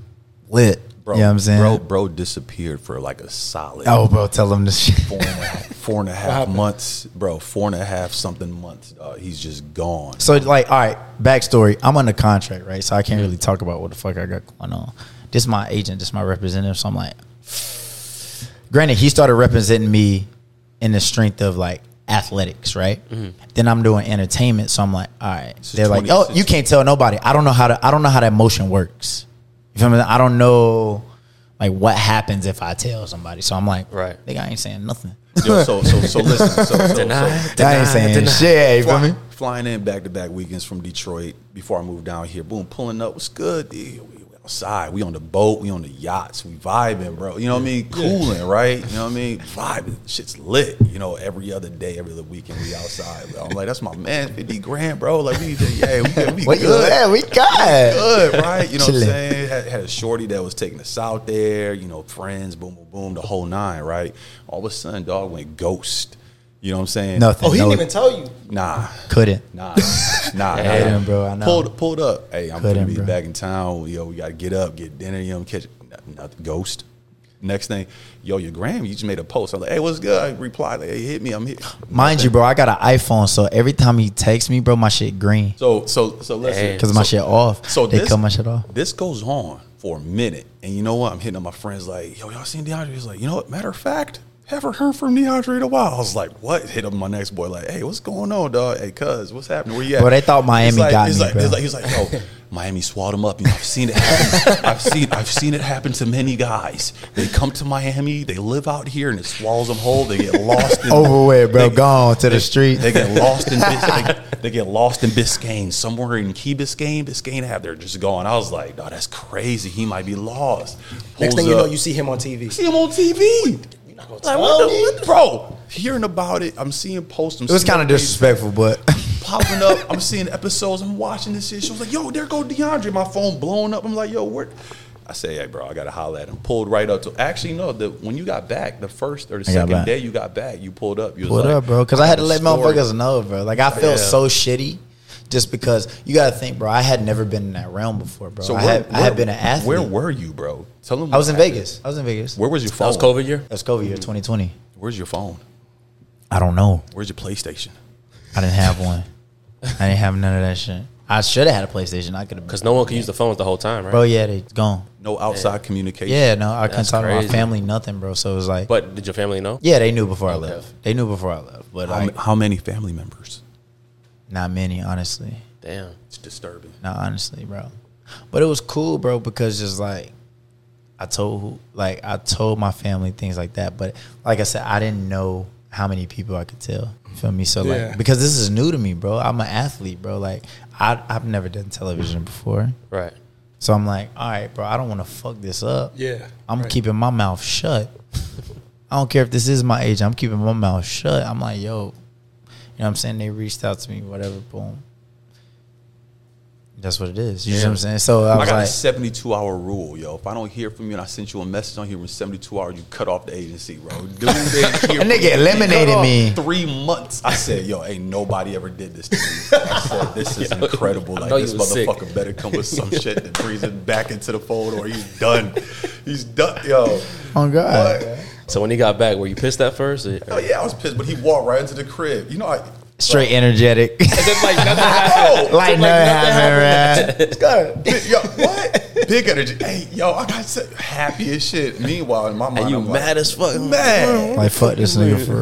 lit. Bro, you know what I'm saying? Bro, bro disappeared for like a solid Oh, bro, tell them this. Shit. four, and (laughs) a half, four and a half months. Bro, four and a half something months. Uh, he's just gone. So like, all right, backstory. I'm under contract, right? So I can't really talk about what the fuck I got going on. This is my agent, this is my representative. So I'm like, granted, he started representing me in the strength of like athletics, right? Then I'm doing entertainment, so I'm like, all right. is They're like, 20 oh, this is- you can't tell nobody. I don't know how to. I don't know how that motion works. You feel me? I don't know like what happens if I tell somebody. So I'm like, Right. Nigga, I ain't saying nothing. Yo, so so (laughs) so listen. So, so, so I ain't saying shit. You feel me? Fly, flying in back to back weekends from Detroit before I moved down here. Boom, pulling up. What's good? D? outside. We on the boat. We on the yachts. We vibing, bro. You know what I mean? Cooling, right? You know what I mean? Vibing. Shit's lit. You know, every other day, every other weekend, we outside. I'm like, that's my man, fifty grand, bro. Like we, yeah, we, we What you good at? We got. good, right? You know what I'm Chilling. saying? Had, had a shorty that was taking us out there, you know, friends, boom, boom, boom, the whole nine, right? All of a sudden, dog went ghost. You know what I'm saying? Nothing. Oh, he No, didn't even tell you. Nah, couldn't. (laughs) nah, nah, nah. Damn, bro, I know. Pulled, pulled up. Hey, I'm gonna Couldn't, be bro. back in town. Yo, we gotta get up, get dinner. You know, catch n- nothing. Ghost. Next thing, yo, your gram, you just made a post. I'm like, hey, what's good? I replied, like, hey, hit me. I'm here. Mind you, bro, I got an iPhone, so every time he texts me, bro, my shit green So, so, so listen. because my so- shit off. So they this, cut my shit (laughs) off. This goes on for a minute, and you know what? I'm hitting up my friends like, "Yo, y'all seen DeAndre?" He's like, "You know what? Matter of fact, haven't heard from DeAndre in a while." I was like, "What?" Hit up my next boy like, "Hey, what's going on, dog? Hey, cuz, what's happening? Where you at?" Bro, they thought Miami He's like, got he's me, Like, bro. He's like, he's like, "Yo, Miami swallowed him up. You know, I've seen (laughs) it. Happen. I've seen, I've seen it happen to many guys. They come to Miami, they live out here, and it swallows them whole. They get lost. (laughs) In, Over with, bro. they- Gone to the street. they get lost in Bis- they, they get lost in Biscayne somewhere in Key Biscayne. Biscayne have they're just gone. I was like, no, that's crazy. He might be lost. Next Pulls thing you know, up. you see him on (laughs) TV. see him on TV. not gonna Like, what tell the- me. what the- bro? Hearing about it, I'm seeing posts. I'm It was seeing kind of updates disrespectful, but popping up. I'm seeing episodes. I'm watching this shit. She was like, yo, there go DeAndre. My phone blowing up. I'm like, yo, where? I say, hey, bro, I gotta holla at him. Pulled right up to. Actually, no. The when you got back, the first or the I got second back. day you got back, you pulled up. You (laughs) was what like, up, bro? Because I had to let story. motherfuckers know, bro. Like I felt Yeah. so shitty. Just because you gotta think, bro, I had never been in that realm before, bro. I where- had I where- had been an athlete. Where were you, bro? Tell them. I was in what happened. Vegas. I was in Vegas. Where Mm. was your That phone? was COVID year. That's COVID year 2020. Where's your phone? I don't know. Where's your PlayStation? I didn't have one. I didn't have none of that shit. I should have had a PlayStation. I (laughs) could have. Because no one could use the phones the whole time, right? Bro, yeah, they gone. No outside communication. Yeah, no, I couldn't That's talk to my crazy. family, nothing, bro. So it was like, But did your family know? yeah, they knew before Okay. Um, I left. They knew before I left, but How, like, how many family members? not many, honestly. Damn. It's disturbing. Not honestly, bro. But it was cool, bro, because just like I told, who, like I told my family things like that. But like I said, I didn't know how many people I could tell. You feel me? So Yeah. like, because this is new to me, bro. I'm an athlete, bro. Like I, I've never done television before. Right. So I'm like, all right, bro, I don't want to fuck this up. Yeah, I'm right. keeping my mouth shut. I don't care if this is my age. I'm keeping my mouth shut. I'm like, yo, you know what I'm saying? They reached out to me, whatever, boom. That's what it is. You know what I'm saying? So I I was got a like, 72 hour rule, yo. If I don't hear from you and I sent you a message on here in 72 hours, you cut off the agency, bro. (laughs) Dude, didn't hear That nigga from me. eliminated He cut off me. Three months. I said, yo, ain't nobody ever did this to me. I said, (laughs) this is incredible. Like, know you this was sick. motherfucker better come with some shit that brings it back into the fold or he's done. He's done, yo. oh God. But- So when he got back, were you pissed at first? Or- Oh yeah, I was pissed, but he walked right into the crib. You know, I Straight energetic. (laughs) oh, like, no, happened, right? big, yo, what? Big energy. Hey, yo, I got so happy as shit. Meanwhile, in my mind, And you I'm mad like, as fuck. mad. Like, fuck this nigga for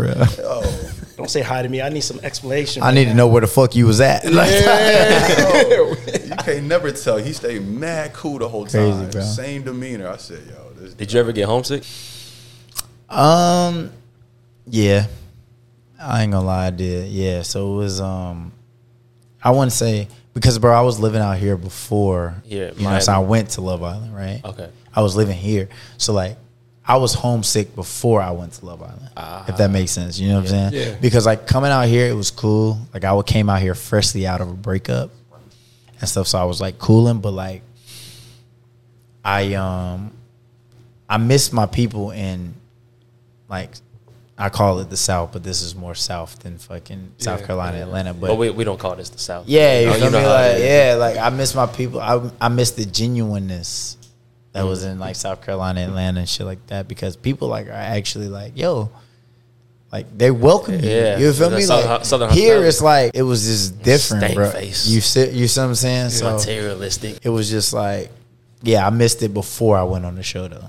real. Don't say hi to me. I need some explanation. I need to know where the fuck you was at. Like, Yo, you can't never tell. He stayed mad cool the whole Crazy, time. bro. Same demeanor. I said, yo, this. Did you ever get homesick? Um, yeah, I ain't gonna lie, I did. Yeah, so it was. Um, I want to say because bro, I was living out here before. Yeah, you know, so I Miami. went to Love Island, right? Okay. I was living here, so like I was homesick before I went to Love Island. if Ah. that makes sense, you know what I'm saying? Yeah. Because like coming out here, it was cool. Like I came out here freshly out of a breakup and stuff, so I was like cooling, but like I um I miss my people in like I call it the South, but this is more South than fucking South Carolina, Atlanta. But But we, we don't call this the South. yeah, you No, feel know me? how it Like, is. yeah, like I miss my people. I I miss the genuineness that was in like South Carolina, Atlanta, and shit like that. Because people like are actually like, yo, like they welcome you. Yeah. you feel That me? Southern- Like Southern here, hospitality. it's like it was just different, Stank bro. face. You sit, you see what I'm saying? So Materialistic. it was just like, yeah, I missed it before I went on the show though.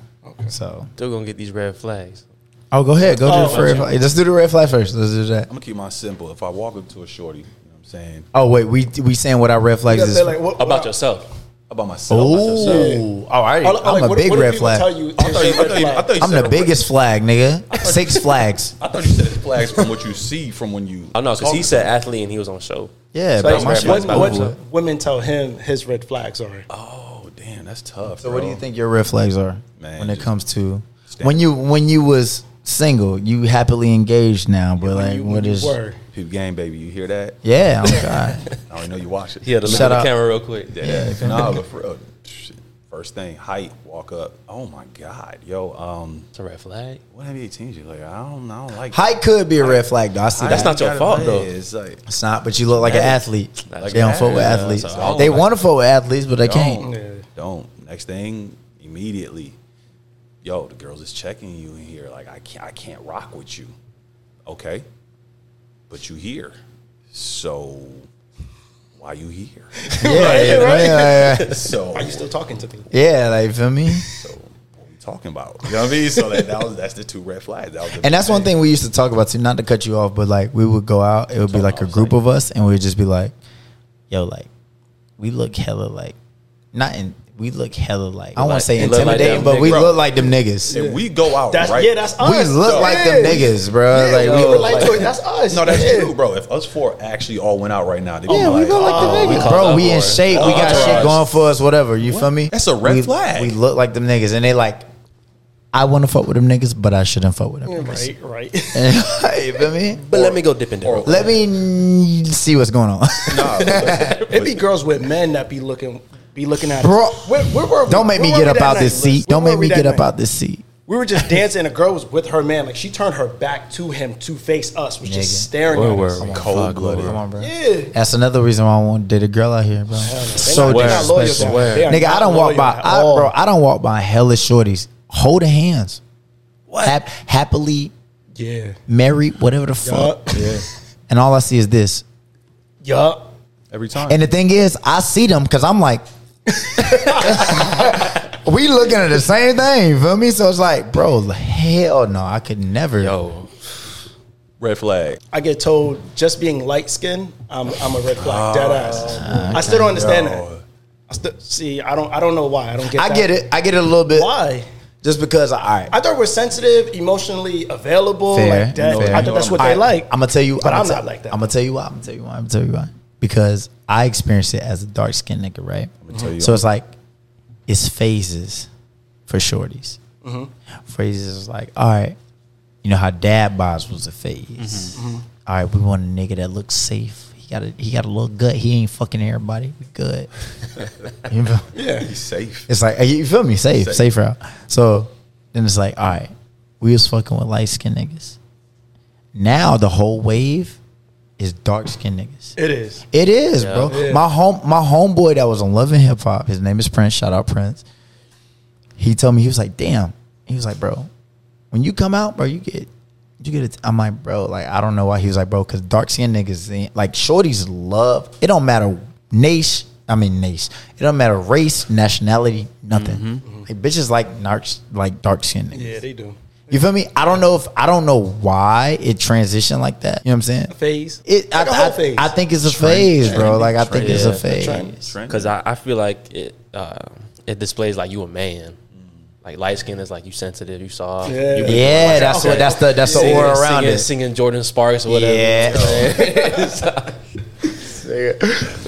So Still gonna get these red flags. oh, go ahead, go Oh, do the red okay. flag. Let's do the red flag first. Let's do that. I'm gonna keep mine simple. If I walk up to a shorty, you know what I'm saying Oh wait, we we saying what our red flags Because is. they're like, what- About what- yourself. about myself. I said, Oh, so- oh, I already, I- I I'm like, a what- big what do red people flag. Tell you, I thought you, I thought you, I thought you I'm said the a red- biggest flag, nigga. (laughs) Six flags. I thought you said flags from what you see from when you. I know because he talk. said athlete and he was on show. Yeah, So bro. that's My red shit flags was about what, over you. what with. women tell him his red flags are. Oh, damn, that's tough. So what do you think your red flags are Man, when it just comes to stand- when you when you was single, you happily engaged now, but like you, what you is were. Peep game, baby. You hear that? Yeah, oh god. (laughs) I already know you watch it. He had to look Shout at the out. camera real quick. Yeah, yeah. nah, but for real, shit. first thing, height, walk up. Oh my god, yo, um, It's a red flag. what NBA teams you like? I don't, I don't like. Height could be a red flag though. I see That's that. not your gotta fault, play. though. It's like It's not, but you look like an athlete. That's they don't bad. fuck with Yeah, athletes. that's all. They want to fuck with athletes, but they can't. (laughs) don't, don't. Next thing, immediately, yo, the girls is checking you in here. Like I can't, I can't rock with you. Okay, but you here, so why you here? Yeah, yeah, yeah, yeah. so Are you still talking to me? Yeah, like you feel me. So what we talking about? You know what I mean? So that, that was that's the two red flags. That was the And that's one big thing we used to talk about too. Not to cut you off, but like we would go out. It would be like a group of us, and we would just be like, "Yo, like we look hella like not in. We look hella like. I don't want Like- to say we look like intimidating, them but we niggas. look like them niggas. If we go out, That's right? yeah. That's us. we look though. like them Yeah. niggas, bro. like we we relate to it. That's us. no, that's Yeah. true, bro. If us four actually all went out right now, they'd be Yeah, we like, look like oh, the niggas, call bro. that We in hard. shape. we got Authorized. shit going for us. Whatever. You feel me? That's a red We- flag. We look like them niggas, and they like, I want to fuck with them niggas, but I shouldn't fuck with them. niggas. Right, right. (laughs) you feel me? But let me go dip in there. or- real quick. Let me mm, see what's (laughs) going on. (laughs) nah, but- It be girls with men that be looking, be looking at. Bro, us. Where- where were we- Don't make me where get were up we that out this night, Liz? seat. Don't Where make were we me get that up night? out this seat. We were just dancing. A girl was with her man. Like she turned her back to him to face us, was Nigga. just staring Where at were us. we? Cold blooded. Come on, bro. Yeah. That's another reason why I won't date a girl out here, bro. So not- they're not loyal disrespectful. down there. They are Nigga, I not don't walk loyal by, at I, all. bro. I don't walk by hella shorties holding hands, Hap- happily Yeah. married, whatever the fuck. yeah, And all I see is this. Yup. every time. And the thing is, I see them because I'm like, (laughs) we looking at the same thing. You feel me? So it's like, bro, hell no, I could never. Yo, red flag. I get told just being light skinned, I'm, I'm a red Ah. flag, dead ass. I still don't understand that. I still see. I don't. I don't know why. I don't get. I that. get it. I get it a little bit. Why? Just because, all right. I thought we're sensitive, emotionally available. Fair, like that. fair. I thought that's what they like. I'm gonna tell you. but I'ma I'm tell- not like that. I'm gonna tell you why. I'm gonna tell you why. I'm gonna tell you why. Because I experienced it as a dark skinned nigga, right? tell you so why. it's like it's phases for shorties. Mm-hmm. Phases is like, all right, you know how dad bods was a phase. Mm-hmm. All right, we want a nigga that looks safe. He got a he got a little gut. He ain't fucking everybody. We (laughs) good. You feel- Yeah, he's safe. it's like you feel me, safe, Safe. safe, route. So then it's like, all right, we was fucking with light skinned niggas. Now the whole wave is dark skinned niggas. it is. It is, bro. My home, my homeboy that was on Love and Hip Hop. His name is Prince. Shout out Prince. He told me he was like, damn. He was like, bro, when you come out, bro, you get. You get it. I'm like, bro, like I don't know why he was like, bro, because dark skinned niggas, ain't- like shorties love. It don't matter nation. I mean nation. It don't matter race, nationality, nothing. Like, bitches like dark, like dark skinned niggas. Yeah, they do. You feel me? I don't know if I don't know why it transitioned like that. You know what I'm saying? Phase. It, Like I, a whole I- phase. I think it's a phase, bro. Like I think it's a Trend. phase. Trend. because I, I feel like it uh, it displays like you a man. Like light skin is like you sensitive, you soft. Yeah. you Yeah, that's what that's the that's the singing, aura around singing, it. singing Jordan Sparks or whatever. Yeah, (laughs) They're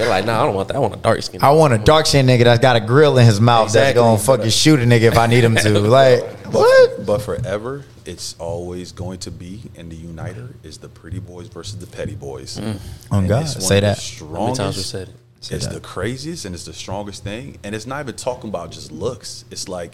like, nah, I don't want that. I want a dark skin. I want a dark skin nigga that's got a grill in his mouth Exactly. that's gonna fucking shoot a nigga if I need him to. Like what? But forever, it's always going to be, and the uniter is the pretty boys versus the petty boys. Oh, And God. it's one Say of the that. Mm. How many Strongest, times we said it? it's that. the craziest and it's the strongest thing. And it's not even talking about just looks. It's like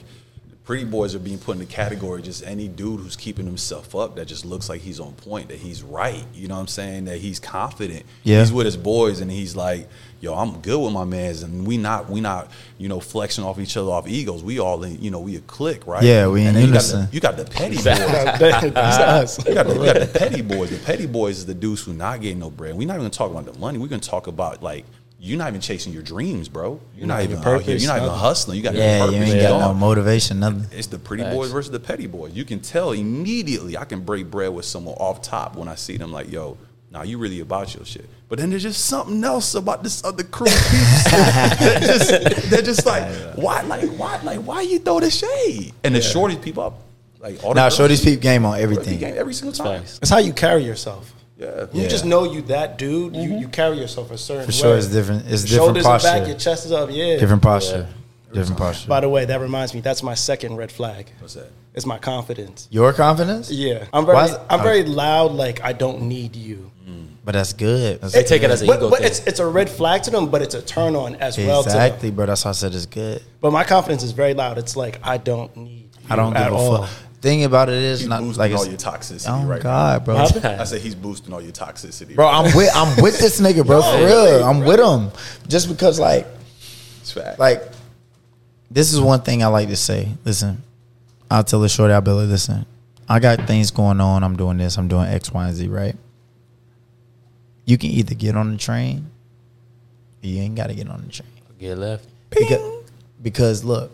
the pretty boys are being put in the category just any dude who's keeping himself up that just looks like he's on point, that he's right. You know what I'm saying? That he's confident. Yeah. He's with his boys and he's like, yo, I'm good with my mans and we not we not, you know, flexing off each other off egos. We all in, you know, we a clique, right? Yeah, we And in then you got unison. the- You got the petty boys. That's us. You got, the, you got the petty boys. The petty boys is the dudes who not getting no bread. We're not even talking about the money. We're gonna talk about like you're not even chasing your dreams, bro. You're not even out here. You're not even hustling. You got Yeah, no you purpose. ain't You got no don't. motivation, nothing. It's the pretty boys versus the petty boys. You can tell immediately. I can break bread with someone off top when I see them. Like, yo, now you really about your shit. But then there's just something else about this other (laughs) crew. peeps. they're, just, they're just like, why, like, why, like, why you throw the shade? And the shortest people, up, like, all Now the nah, girls- Shorty's peep game on Peep game everything. every single time. Facts. It's how you carry yourself. Yeah. You just know you that dude. You, you carry yourself a certain Uh, Mm-hmm. For sure, way. it's different. It's Shoulders different are back, your posture. chest is up. Yeah. Different posture. Different posture. By the way, that reminds me. That's my second red flag. What's that? It's my confidence. Your confidence? Yeah, I'm very, Why is- Oh. I'm very loud. Like I don't need you. But that's good. That's They take it good. as an but ego but thing. it's it's a red flag to them, but it's a turn on as well. To Exactly, them. bro. That's why I said it's good. But my confidence is very loud. It's like I don't need. You I don't at give a all. fuck. Thing about it is He's not boosting like all it's- your toxicity Oh right God, bro. happened? now. I said he's boosting all your toxicity. Bro, I'm with I'm with this nigga, bro. for real, I'm with him. Just because, like, It's fact. like this is one thing I like to say. Listen, I'll tell the shorty, I'll be like, listen, I got things going on. I'm doing this. I'm doing X, Y, and Z. Right? You can either get on the train, or you ain't got to get on the train. Get left. Because, because look,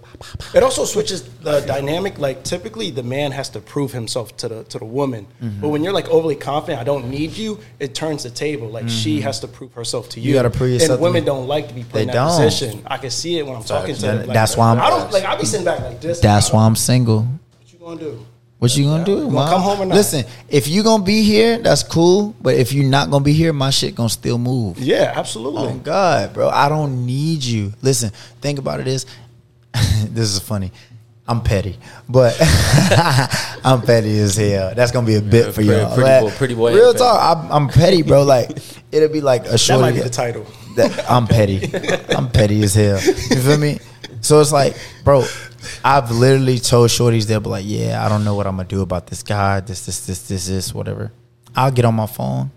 It also switches the dynamic. Like typically, the man has to prove himself to the to the woman. Mm-hmm. But when you're like overly confident, I don't need you. It turns the table. Like she has to prove herself to you. Mm-hmm. You gotta prove yourself And to women me. don't like to be put in They that don't. position. I can see it when I'm talking to Then them. Like, that's why I'm- I don't like. I'll be sitting back like this. that's why I'm single. What you gonna do? What you gonna do? gonna mom? come home or not? Listen, if you gonna be here, that's cool. But if you're not gonna be here, my shit gonna still move. Yeah, absolutely. Oh God, bro, I don't need you. Listen, think about it is (laughs) this is funny. I'm petty, but (laughs) I'm petty as hell. That's gonna be a bit for pretty- y'all. pretty Like, boy- pretty boy Real and petty. talk, I'm, I'm petty, bro. Like it'll be like a that short. might be the title. That, I'm petty. I'm petty as hell. You feel me? So it's like, bro, I've literally told shorties they'll be like, yeah, I don't know what I'm gonna do about this guy. This, this, this, this, this, whatever. I'll get on my phone.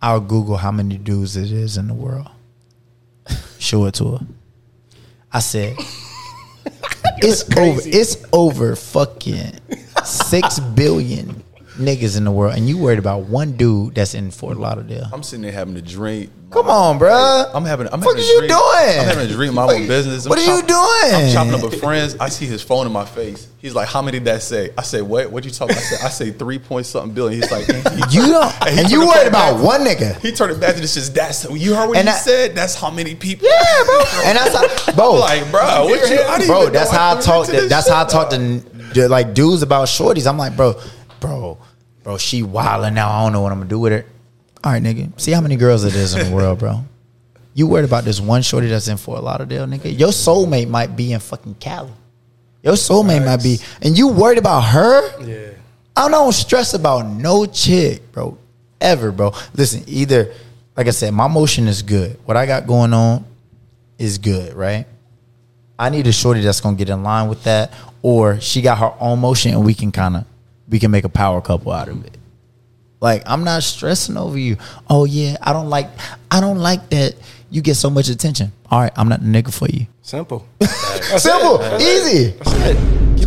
I'll Google how many dudes it is in the world. Show it to her. I said, it's over. It's over. Fucking six billion niggas in the world, and you worried about one dude that's in Fort Lauderdale. I'm sitting there having a drink. Come on, bruh. I'm having. I'm What having a is you drink. doing? I'm having a drink. My What- own business. I'm what are you doing? I'm chopping up with friends. I see his phone in my face. He's like, "How many did that say?" I say, "What? What you talking?" about? I say, "I say three point something billion. He's like, (laughs) (laughs) You don't, Hey, and he took you the worried phone back. about one nigga. (laughs) He turned it back to this. Just that's you heard what And he I- said. That's how many people. Yeah, bro. And that's how, bro. (laughs) I'm like, bro, what you? I didn't bro, even know that's how I threw talk. into To, this that's how I shit, talk to dog. n- to, like dudes about shorties. I'm like, bro, bro, bro. She wilding now. I don't know what I'm gonna do with her. All right, nigga. See how many girls it is in the world, bro. You worried about this one shorty that's in Fort Lauderdale, nigga? Your soulmate might be in fucking Cali. Your soulmate might be, and you worried about her? Yeah. I don't stress about no chick, bro. Ever, bro. Listen, either like I said, my motion is good. What I got going on is good, right? I need a shorty that's gonna get in line with that, or she got her own motion and we can kind of we can make a power couple out of it. Like I'm not stressing over you. Oh yeah, I don't like I don't like that you get so much attention. All right, I'm not the nigga for you. (laughs) Simple. Simple, easy,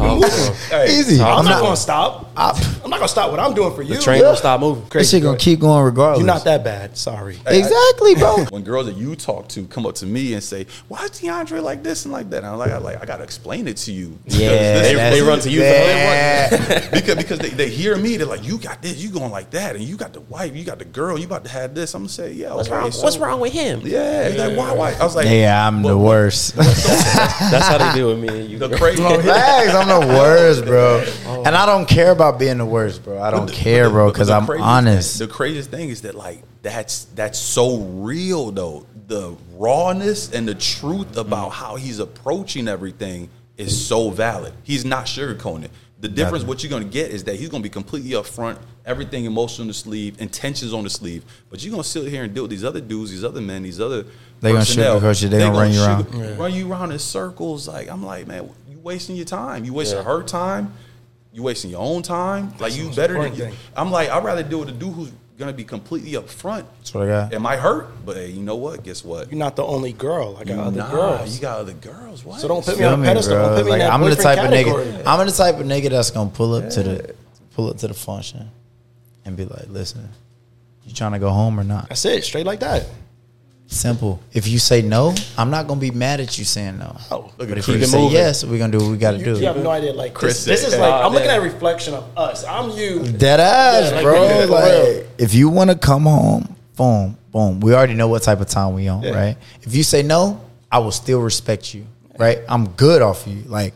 Oh. Talk to him. easy. I'm, I'm not, gonna not. stop. I, I'm not gonna stop what I'm doing for you. The train You're don't stop moving. this shit gonna keep going regardless. not that bad. Sorry. exactly, (laughs) (laughs) bro. When girls that you talk to come up to me and say, "Why is DeAndre like this and like that?" And I'm like, I like I gotta explain it to you. (laughs) Because Yeah, this- that's- they run to you for yeah. (laughs) because because they, they hear me, they're like, "You got this, you going like that, and you got the wife, you got the girl, you about to have this." I'm gonna say, "Yeah, What's okay, wrong? so- What's wrong with him? Yeah, he's like why, why? I was like, Yeah, I'm the worst. (laughs) Oh, That's how they deal with me and you. The bro. (laughs) crazy. Facts, I'm the worst, bro. And I don't care about being the worst, bro. I don't care, bro, Oh. But the- because but the I'm craziest honest. Thing, the craziest thing is that like that's that's so real though. The rawness and the truth Mm-hmm. about how he's approaching everything is so valid. He's not sugarcoating it. The difference, what you're gonna get is that he's gonna be completely upfront, everything emotion on the sleeve, intentions on the sleeve. But you're gonna sit here and deal with these other dudes, these other men, these other They gonna personnel. sugarcoat you. They gonna run you around. sugar- run you around in circles. Like I'm like, man, you wasting your time. You wasting Yeah. her time. You wasting your own time. Like you most better. Than, important thing. I'm like, I'd rather deal with a dude who's gonna be completely upfront. That's what I got. It might hurt, but hey, you know what? Guess what? You're not the only girl. I got other nah, girls. you got other girls. What? So don't put me Feel on a me, pedestal. bro? Don't put me in Like, that I'm the boyfriend type of category. nigga. I'm the type of nigga that's gonna pull up to the pull up to the function and be like, listen, you trying to go home or not? That's it. Straight like that. Simple. If you say no, I'm not gonna be mad at you saying no. Oh, but at if Keep you it say moving. yes, we're gonna do what we gotta do. You have no idea. Like Chris this, this said, is like "Ah, I'm looking damn." at a reflection of us. I'm you. Dead ass, Yeah, like, bro. yeah, for real. like, if you want to come home, boom, boom. We already know what type of time we on, right? If you say no, I will still respect you, right? I'm good off you, like,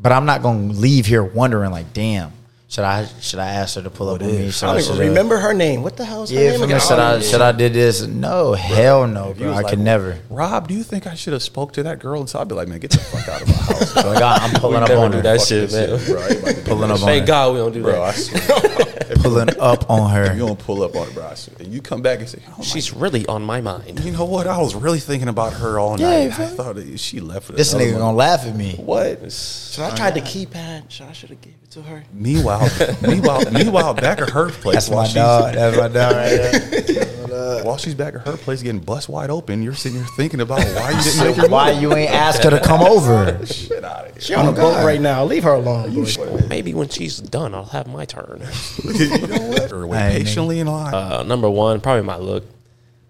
but I'm not gonna leave here wondering, like, damn, Should I should I ask her to pull up with me? Should I don't should even remember her name. What the hell is her Yeah, name? for me, again? should I should I did this? No, hell no, If you bro. was I like, could never. Rob, do you think I should have spoke to that girl? And so I'd be like, man, get the fuck out of (laughs) my house. So like, I- I'm pulling up never on do her. that Fuck shit, man. this bro. I ain't about to do Pulling that up shit. on Thank her. God we don't do Bro, I that. swear, Pulling up on if (laughs) you her. don't pull up on it, bro. I swear. And you come back and say, oh She's really on my mind. You know what? I was really thinking about her all Yeah, night. I bro. thought that she left with This another nigga one. gonna laugh at me. (laughs) What? Should I tried the keypad? Should I should have gave it to her? Meanwhile, meanwhile, meanwhile, back at her That's place while my she's dog. That's my dog right there. while she's back at her place getting bust wide open. You're sitting here thinking about why (laughs) you didn't make your So why you ain't ask her (laughs) to come over? shit out of She here. on a boat right now. Leave her alone. boy. Maybe when she's done, I'll have my turn. you know what? Or wait Hey, nigga. patiently in line. Uh, number one, probably my look.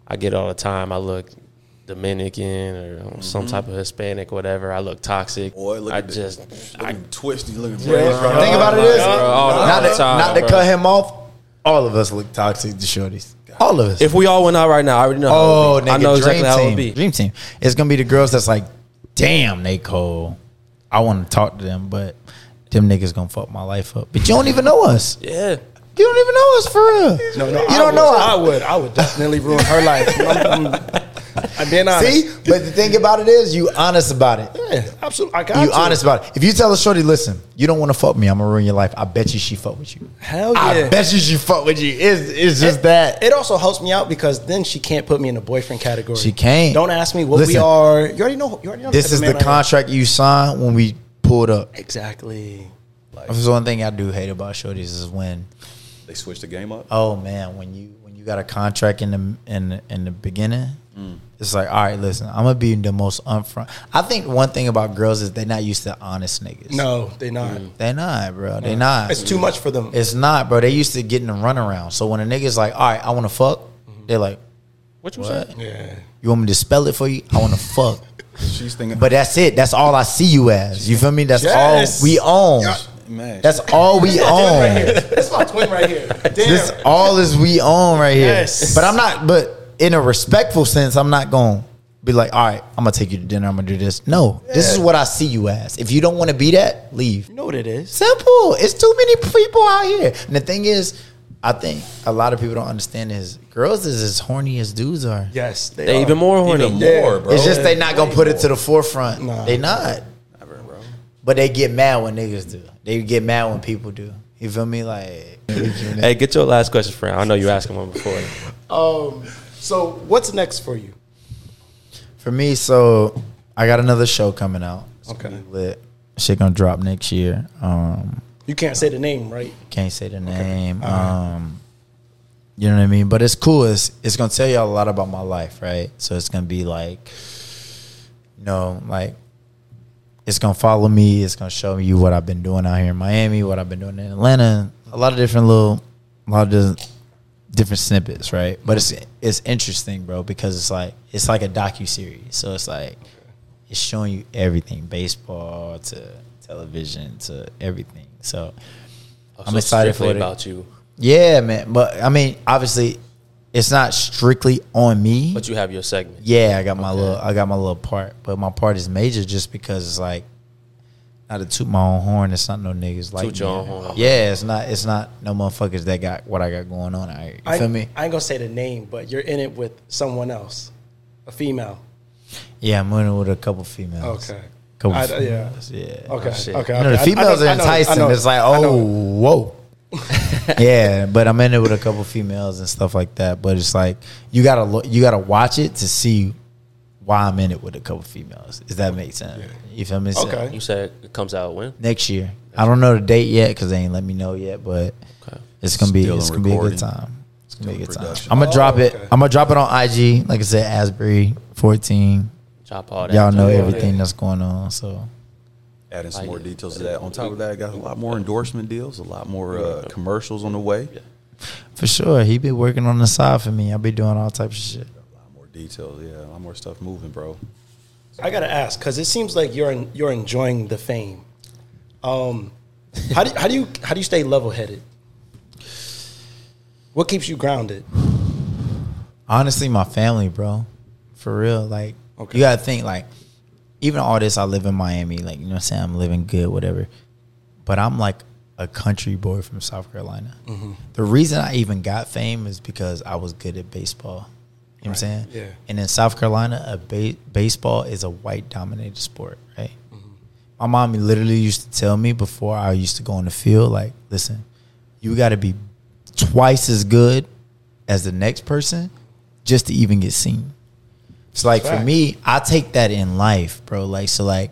I get it all the time. I look Dominican or some type of Hispanic, whatever. I look toxic. Boy, look I at the- just, I, twisty looking. Think about it is, Bro, all the not, to, time, not to bro. cut him off, all of us look toxic to shorties. All of us. if we all went out right now, I already know. how it oh, would be. nigga, I know dream exactly team. how it would be. Dream team. It's gonna be the girls that's like, damn, they cold. I want to talk to them, but them niggas gonna fuck my life up. But you don't even know us. Yeah, You don't even know us for real. No, no, you I don't would, know. I us. would. I would definitely ruin her life. I'm, I'm, I'm being honest. See, but the thing about it is, you honest about it. Yeah, absolutely. I got You honest about it. If you tell a shorty, listen, you don't want to fuck me, I'm gonna ruin your life. I bet you she fuck with you. Hell yeah. I bet you she fuck with you. It's, it's just that. It also helps me out because then she can't put me in the boyfriend category. She can't. Don't ask me what Listen. we are. You already know. You already know. this type is of the man I am. contract you signed when we pulled up. Exactly. That's the one thing I do hate about shorties is when, They switched the game up. oh man, when you when you got a contract in the in the, in the beginning, it's like, all right, listen, I'm gonna be the most upfront. I think one thing about girls is they're not used to honest niggas. No, they're not. they not, bro. They not. It's too much for them. It's not, bro. They used to getting a runaround. So when a nigga's like, all right, I want to fuck, they're like, what you what? said? yeah. You want me to spell it for you? I want to fuck. She's thinking, But that's it. That's all I see you as. You feel me? That's Yes. all we own. man, That's all we own. That's my twin right (laughs) here. Damn. This all is we own right here. Yes. But I'm not. But in a respectful sense, I'm not going to be like, all right, I'm gonna take you to dinner. I'm gonna do this. No, this is what I see you as. If you don't want to be that, leave. you know what it is. Simple. It's too many people out here. And the thing is, I think a lot of people don't understand is girls is as horny as dudes are. Yes. They, They are. even more horny. even Yeah. more, bro. It's just they not gonna put it to the forefront. Nah. They not. But they get mad when niggas do. They get mad when people do. You feel me? Like Hey, get your last question, friend. I know you asking one before. Um, so what's next for you? for me, so I got another show coming out. It's Okay. gonna be Lit. Shit gonna drop next year. Um You can't say the name, right? can't say the name. Um, you know what I mean? But it's cool. It's it's gonna tell y'all a lot about my life, right? So it's gonna be like, you know, like it's gonna follow me. It's gonna show you what I've been doing out here in Miami, what I've been doing in Atlanta, a lot of different little, a lot of different- different snippets, right? But it's it's interesting, bro, because it's like it's like a docu series. So it's like it's showing you everything, baseball to television to everything. So I'm excited for it. about you, yeah, man. But I mean, obviously, it's not strictly on me. but you have your segment. yeah, I got my little, I got my little part, but my part is major just because it's like, not to toot my own horn. It's not no niggas like Toot your me. own horn. Yeah, it's not, it's not no motherfuckers that got what I got going on. Out here. You I, feel me? I ain't gonna say the name, but you're in it with someone else, a female. yeah, I'm in it with a couple females. Okay. couple I- yeah. females. Yeah. yeah. Okay. Oh, shit. okay. You know, the okay. I- I females know- are I know- I enticing. know- it's like, I know. oh, whoa. (laughs) yeah, but I'm in it with a couple females and stuff like that. But it's like you gotta look, you gotta watch it to see why I'm in it with a couple females. Does that make sense? You feel me? So, Okay. You said it comes out when? Next year, I don't know the date yet because they ain't let me know yet. But it's gonna be Still it's in gonna be a good recording. time. It's gonna be a in good time. production. I'm gonna drop it. Oh, okay. I'm gonna drop it on IG. Like I said, Asbury 14. Drop all that. Y'all know Yeah. everything that's going on. So adding some Like- more details to that. On top of that, I got a lot more endorsement deals, a lot more uh, commercials on the way. for sure, he been working on the side for me. I be doing all types of shit. A lot more details, yeah, a lot more stuff moving, bro. I gotta ask because it seems like you're en- you're enjoying the fame. Um, how do how do you how do you stay level headed? What keeps you grounded? Honestly, my family, bro. For real. Like Okay. you gotta think, like, even all this, I live in Miami, like, you know what I'm saying? I'm living good, whatever. But I'm like a country boy from South Carolina. Mm-hmm. The reason I even got fame is because I was good at baseball. You know what I'm saying? yeah. And in South Carolina, a ba- baseball is a white dominated sport, right? Mm-hmm. My mom literally used to tell me before I used to go on the field, like, listen, you got to be twice as good as the next person just to even get seen. It's like for Facts. me, I take that in life, bro. Like so, like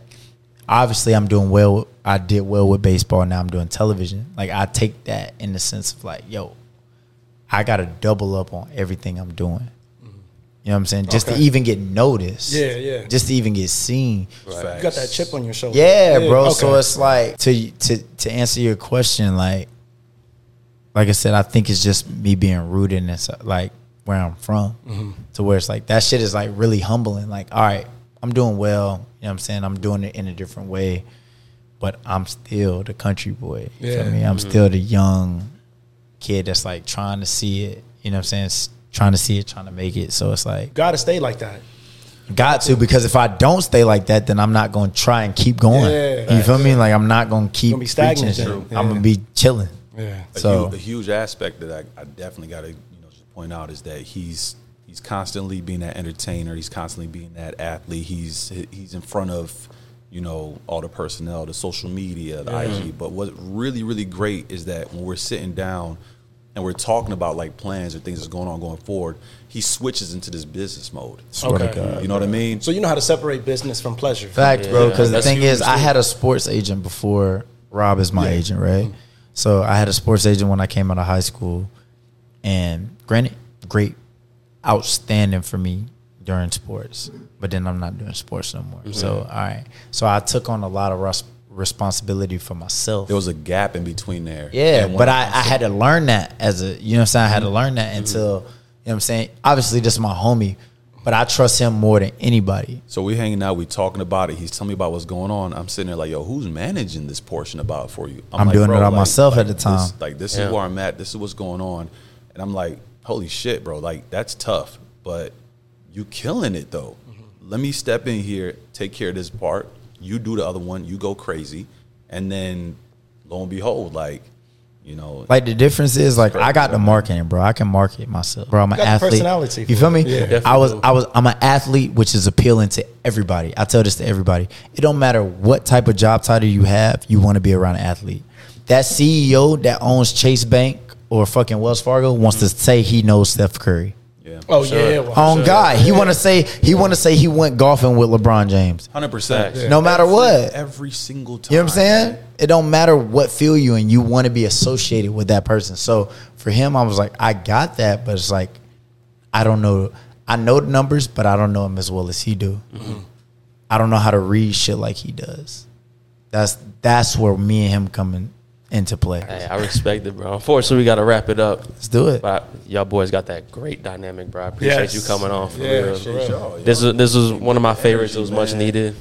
obviously, I'm doing well. I did well with baseball. Now I'm doing television. Like I take that in the sense of like, yo, I got to double up on everything I'm doing. You know what I'm saying? Just to Okay. even get noticed. Yeah, yeah. Just to even get seen. You got that chip on your shoulder. Yeah, bro. So okay. it's like to to to answer your question, like like I said, I think it's just me being rooted in this, like where I'm from, to where it's like that shit is like really humbling. Like, all right, I'm doing well. You know what I'm saying? I'm doing it in a different way, but I'm still the country boy. You feel Yeah. me? I'm still the young kid that's like trying to see it. You know what I'm saying? S- trying to see it, trying to make it. So it's like gotta stay like that. Got to because if I don't stay like that, then I'm not going to try and keep going. Yeah. you feel me? Like I'm not going to keep Gonna be stagnant reaching. then. I'm Yeah. gonna be chilling. Yeah. a, So- huge, a huge aspect that I, I definitely got to you know just point out is that he's he's constantly being that entertainer. He's constantly being that athlete. He's he's in front of you know all the personnel, the social media, the IG. But what's really really great is that when we're sitting down and we're talking about like plans or things that's going on going forward, he switches into this business mode. Swear to Okay. God. You know what I mean? So you know how to separate business from pleasure. Fact, bro. Because the That's thing is, huge, I too. had a sports agent before Rob is my agent, right? So I had a sports agent when I came out of high school, and granted, great, outstanding for me during sports. But then I'm not doing sports no more. So all right, so I took on a lot of res- responsibility for myself. there was a gap in between there. Yeah, And when but I, I had to learn that as a you know what I'm saying. I had to learn Mm-hmm. that until you know what I'm saying. Obviously, this is my homie, but I trust him more than anybody. So we hanging out, we talking about it. He's telling me about what's going on. I'm sitting there like, yo, who's managing this portion about for you? I'm doing bro, it all myself at the time. This, like this Yeah. is where I'm at. This is what's going on, and I'm like, holy shit, bro. Like that's tough, but you killing it though. Mm-hmm. Let me step in here, take care of this part. You do the other one. You go crazy, and then lo and behold, like you know, Like the difference is like I got the marketing, bro. I can market myself, bro. I'm an You got the athlete. personality You for feel it. me? Yeah. I was, Definitely. I was, I'm an athlete, which is appealing to everybody. I tell this to everybody. It don't matter what type of job title you have, you want to be around an athlete. That CEO that owns Chase Bank or fucking Wells Fargo wants to say he knows Steph Curry. yeah, Oh yeah, well, On sure. God, he want to say he want to say he went golfing with LeBron James. hundred percent. No matter what, every single time. you know what I'm saying? It don't matter what field you in, you want to be associated with that person. So for him, I was like, I got that, but it's like, I don't know. I know the numbers, but I don't know them as well as he do. Mm-hmm. I don't know how to read shit like he does. That's that's where me and him coming into play. Hey, I respect it, bro. Unfortunately, we got to wrap it up. Let's do it. But y'all boys got that great dynamic, bro. I appreciate Yes. you coming on for Yeah, real. for real. This was this was one of my favorites. It was much needed.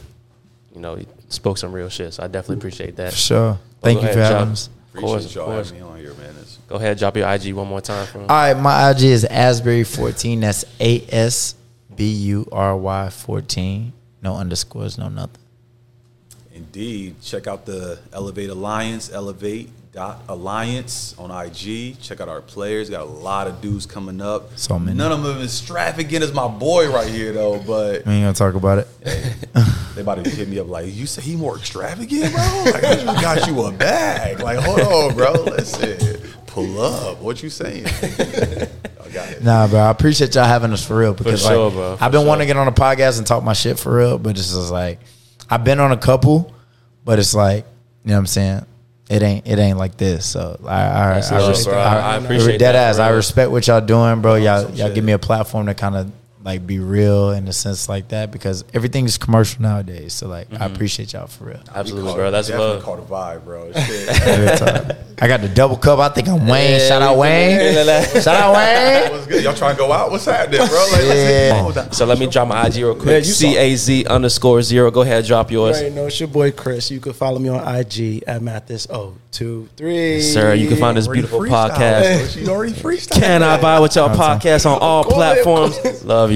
You know, you spoke some real shit, so I definitely appreciate that. For sure. Thank Go you for ahead, having drop- us. Of Appreciate course, of y'all course. having me on here, man. It's Go ahead, drop your IG one more time for me. All right, my IG is Asbury14. That's A S B U R Y 14. No underscores, no nothing. Indeed. Check out the Elevate Alliance, elevate.alliance on IG. Check out our players. Got a lot of dudes coming up. So many. None of them as extravagant as my boy right here, though, (laughs) but We ain't gonna talk about it. they about to hit me up like, you say he more extravagant, bro? Like, I just got you a bag. Like, hold on, bro. Listen, pull up. What you (laughs) saying? I got it. Nah, bro. I appreciate y'all having us for real because like, sure, bro. For I've been wanting to get on a podcast and talk my shit for real, but it's just like I've been on a couple, but it's like you know what I'm saying. It ain't it ain't like this. So I I, That's I, love, res- bro. I appreciate dead that ass. for I real. respect what y'all doing, bro. Y'all y'all give me a platform to kind of like be real in a sense like that because everything's commercial nowadays. So like Mm-hmm. I appreciate y'all for real. Absolutely, Caught- bro. That's definitely love. caught a vibe, bro. Shit. (laughs) Real talk. I got the double cup. I think I'm Wayne. Shout out Wayne. (laughs) Shout out Wayne. What's good? Y'all trying to go out? What's happening, bro? Like, Yeah. let's hit- So let me drop my IG real Yeah, you quick. saw- C A Z underscore zero. Go ahead, drop yours. Right, no, it's your boy Chris. You can follow me on IG at Mathis023. Sir, you can find this Already beautiful (laughs) freestyle, podcast. bro. She already freestyle. Can I buy with y'all podcast on all Go ahead, platforms? Love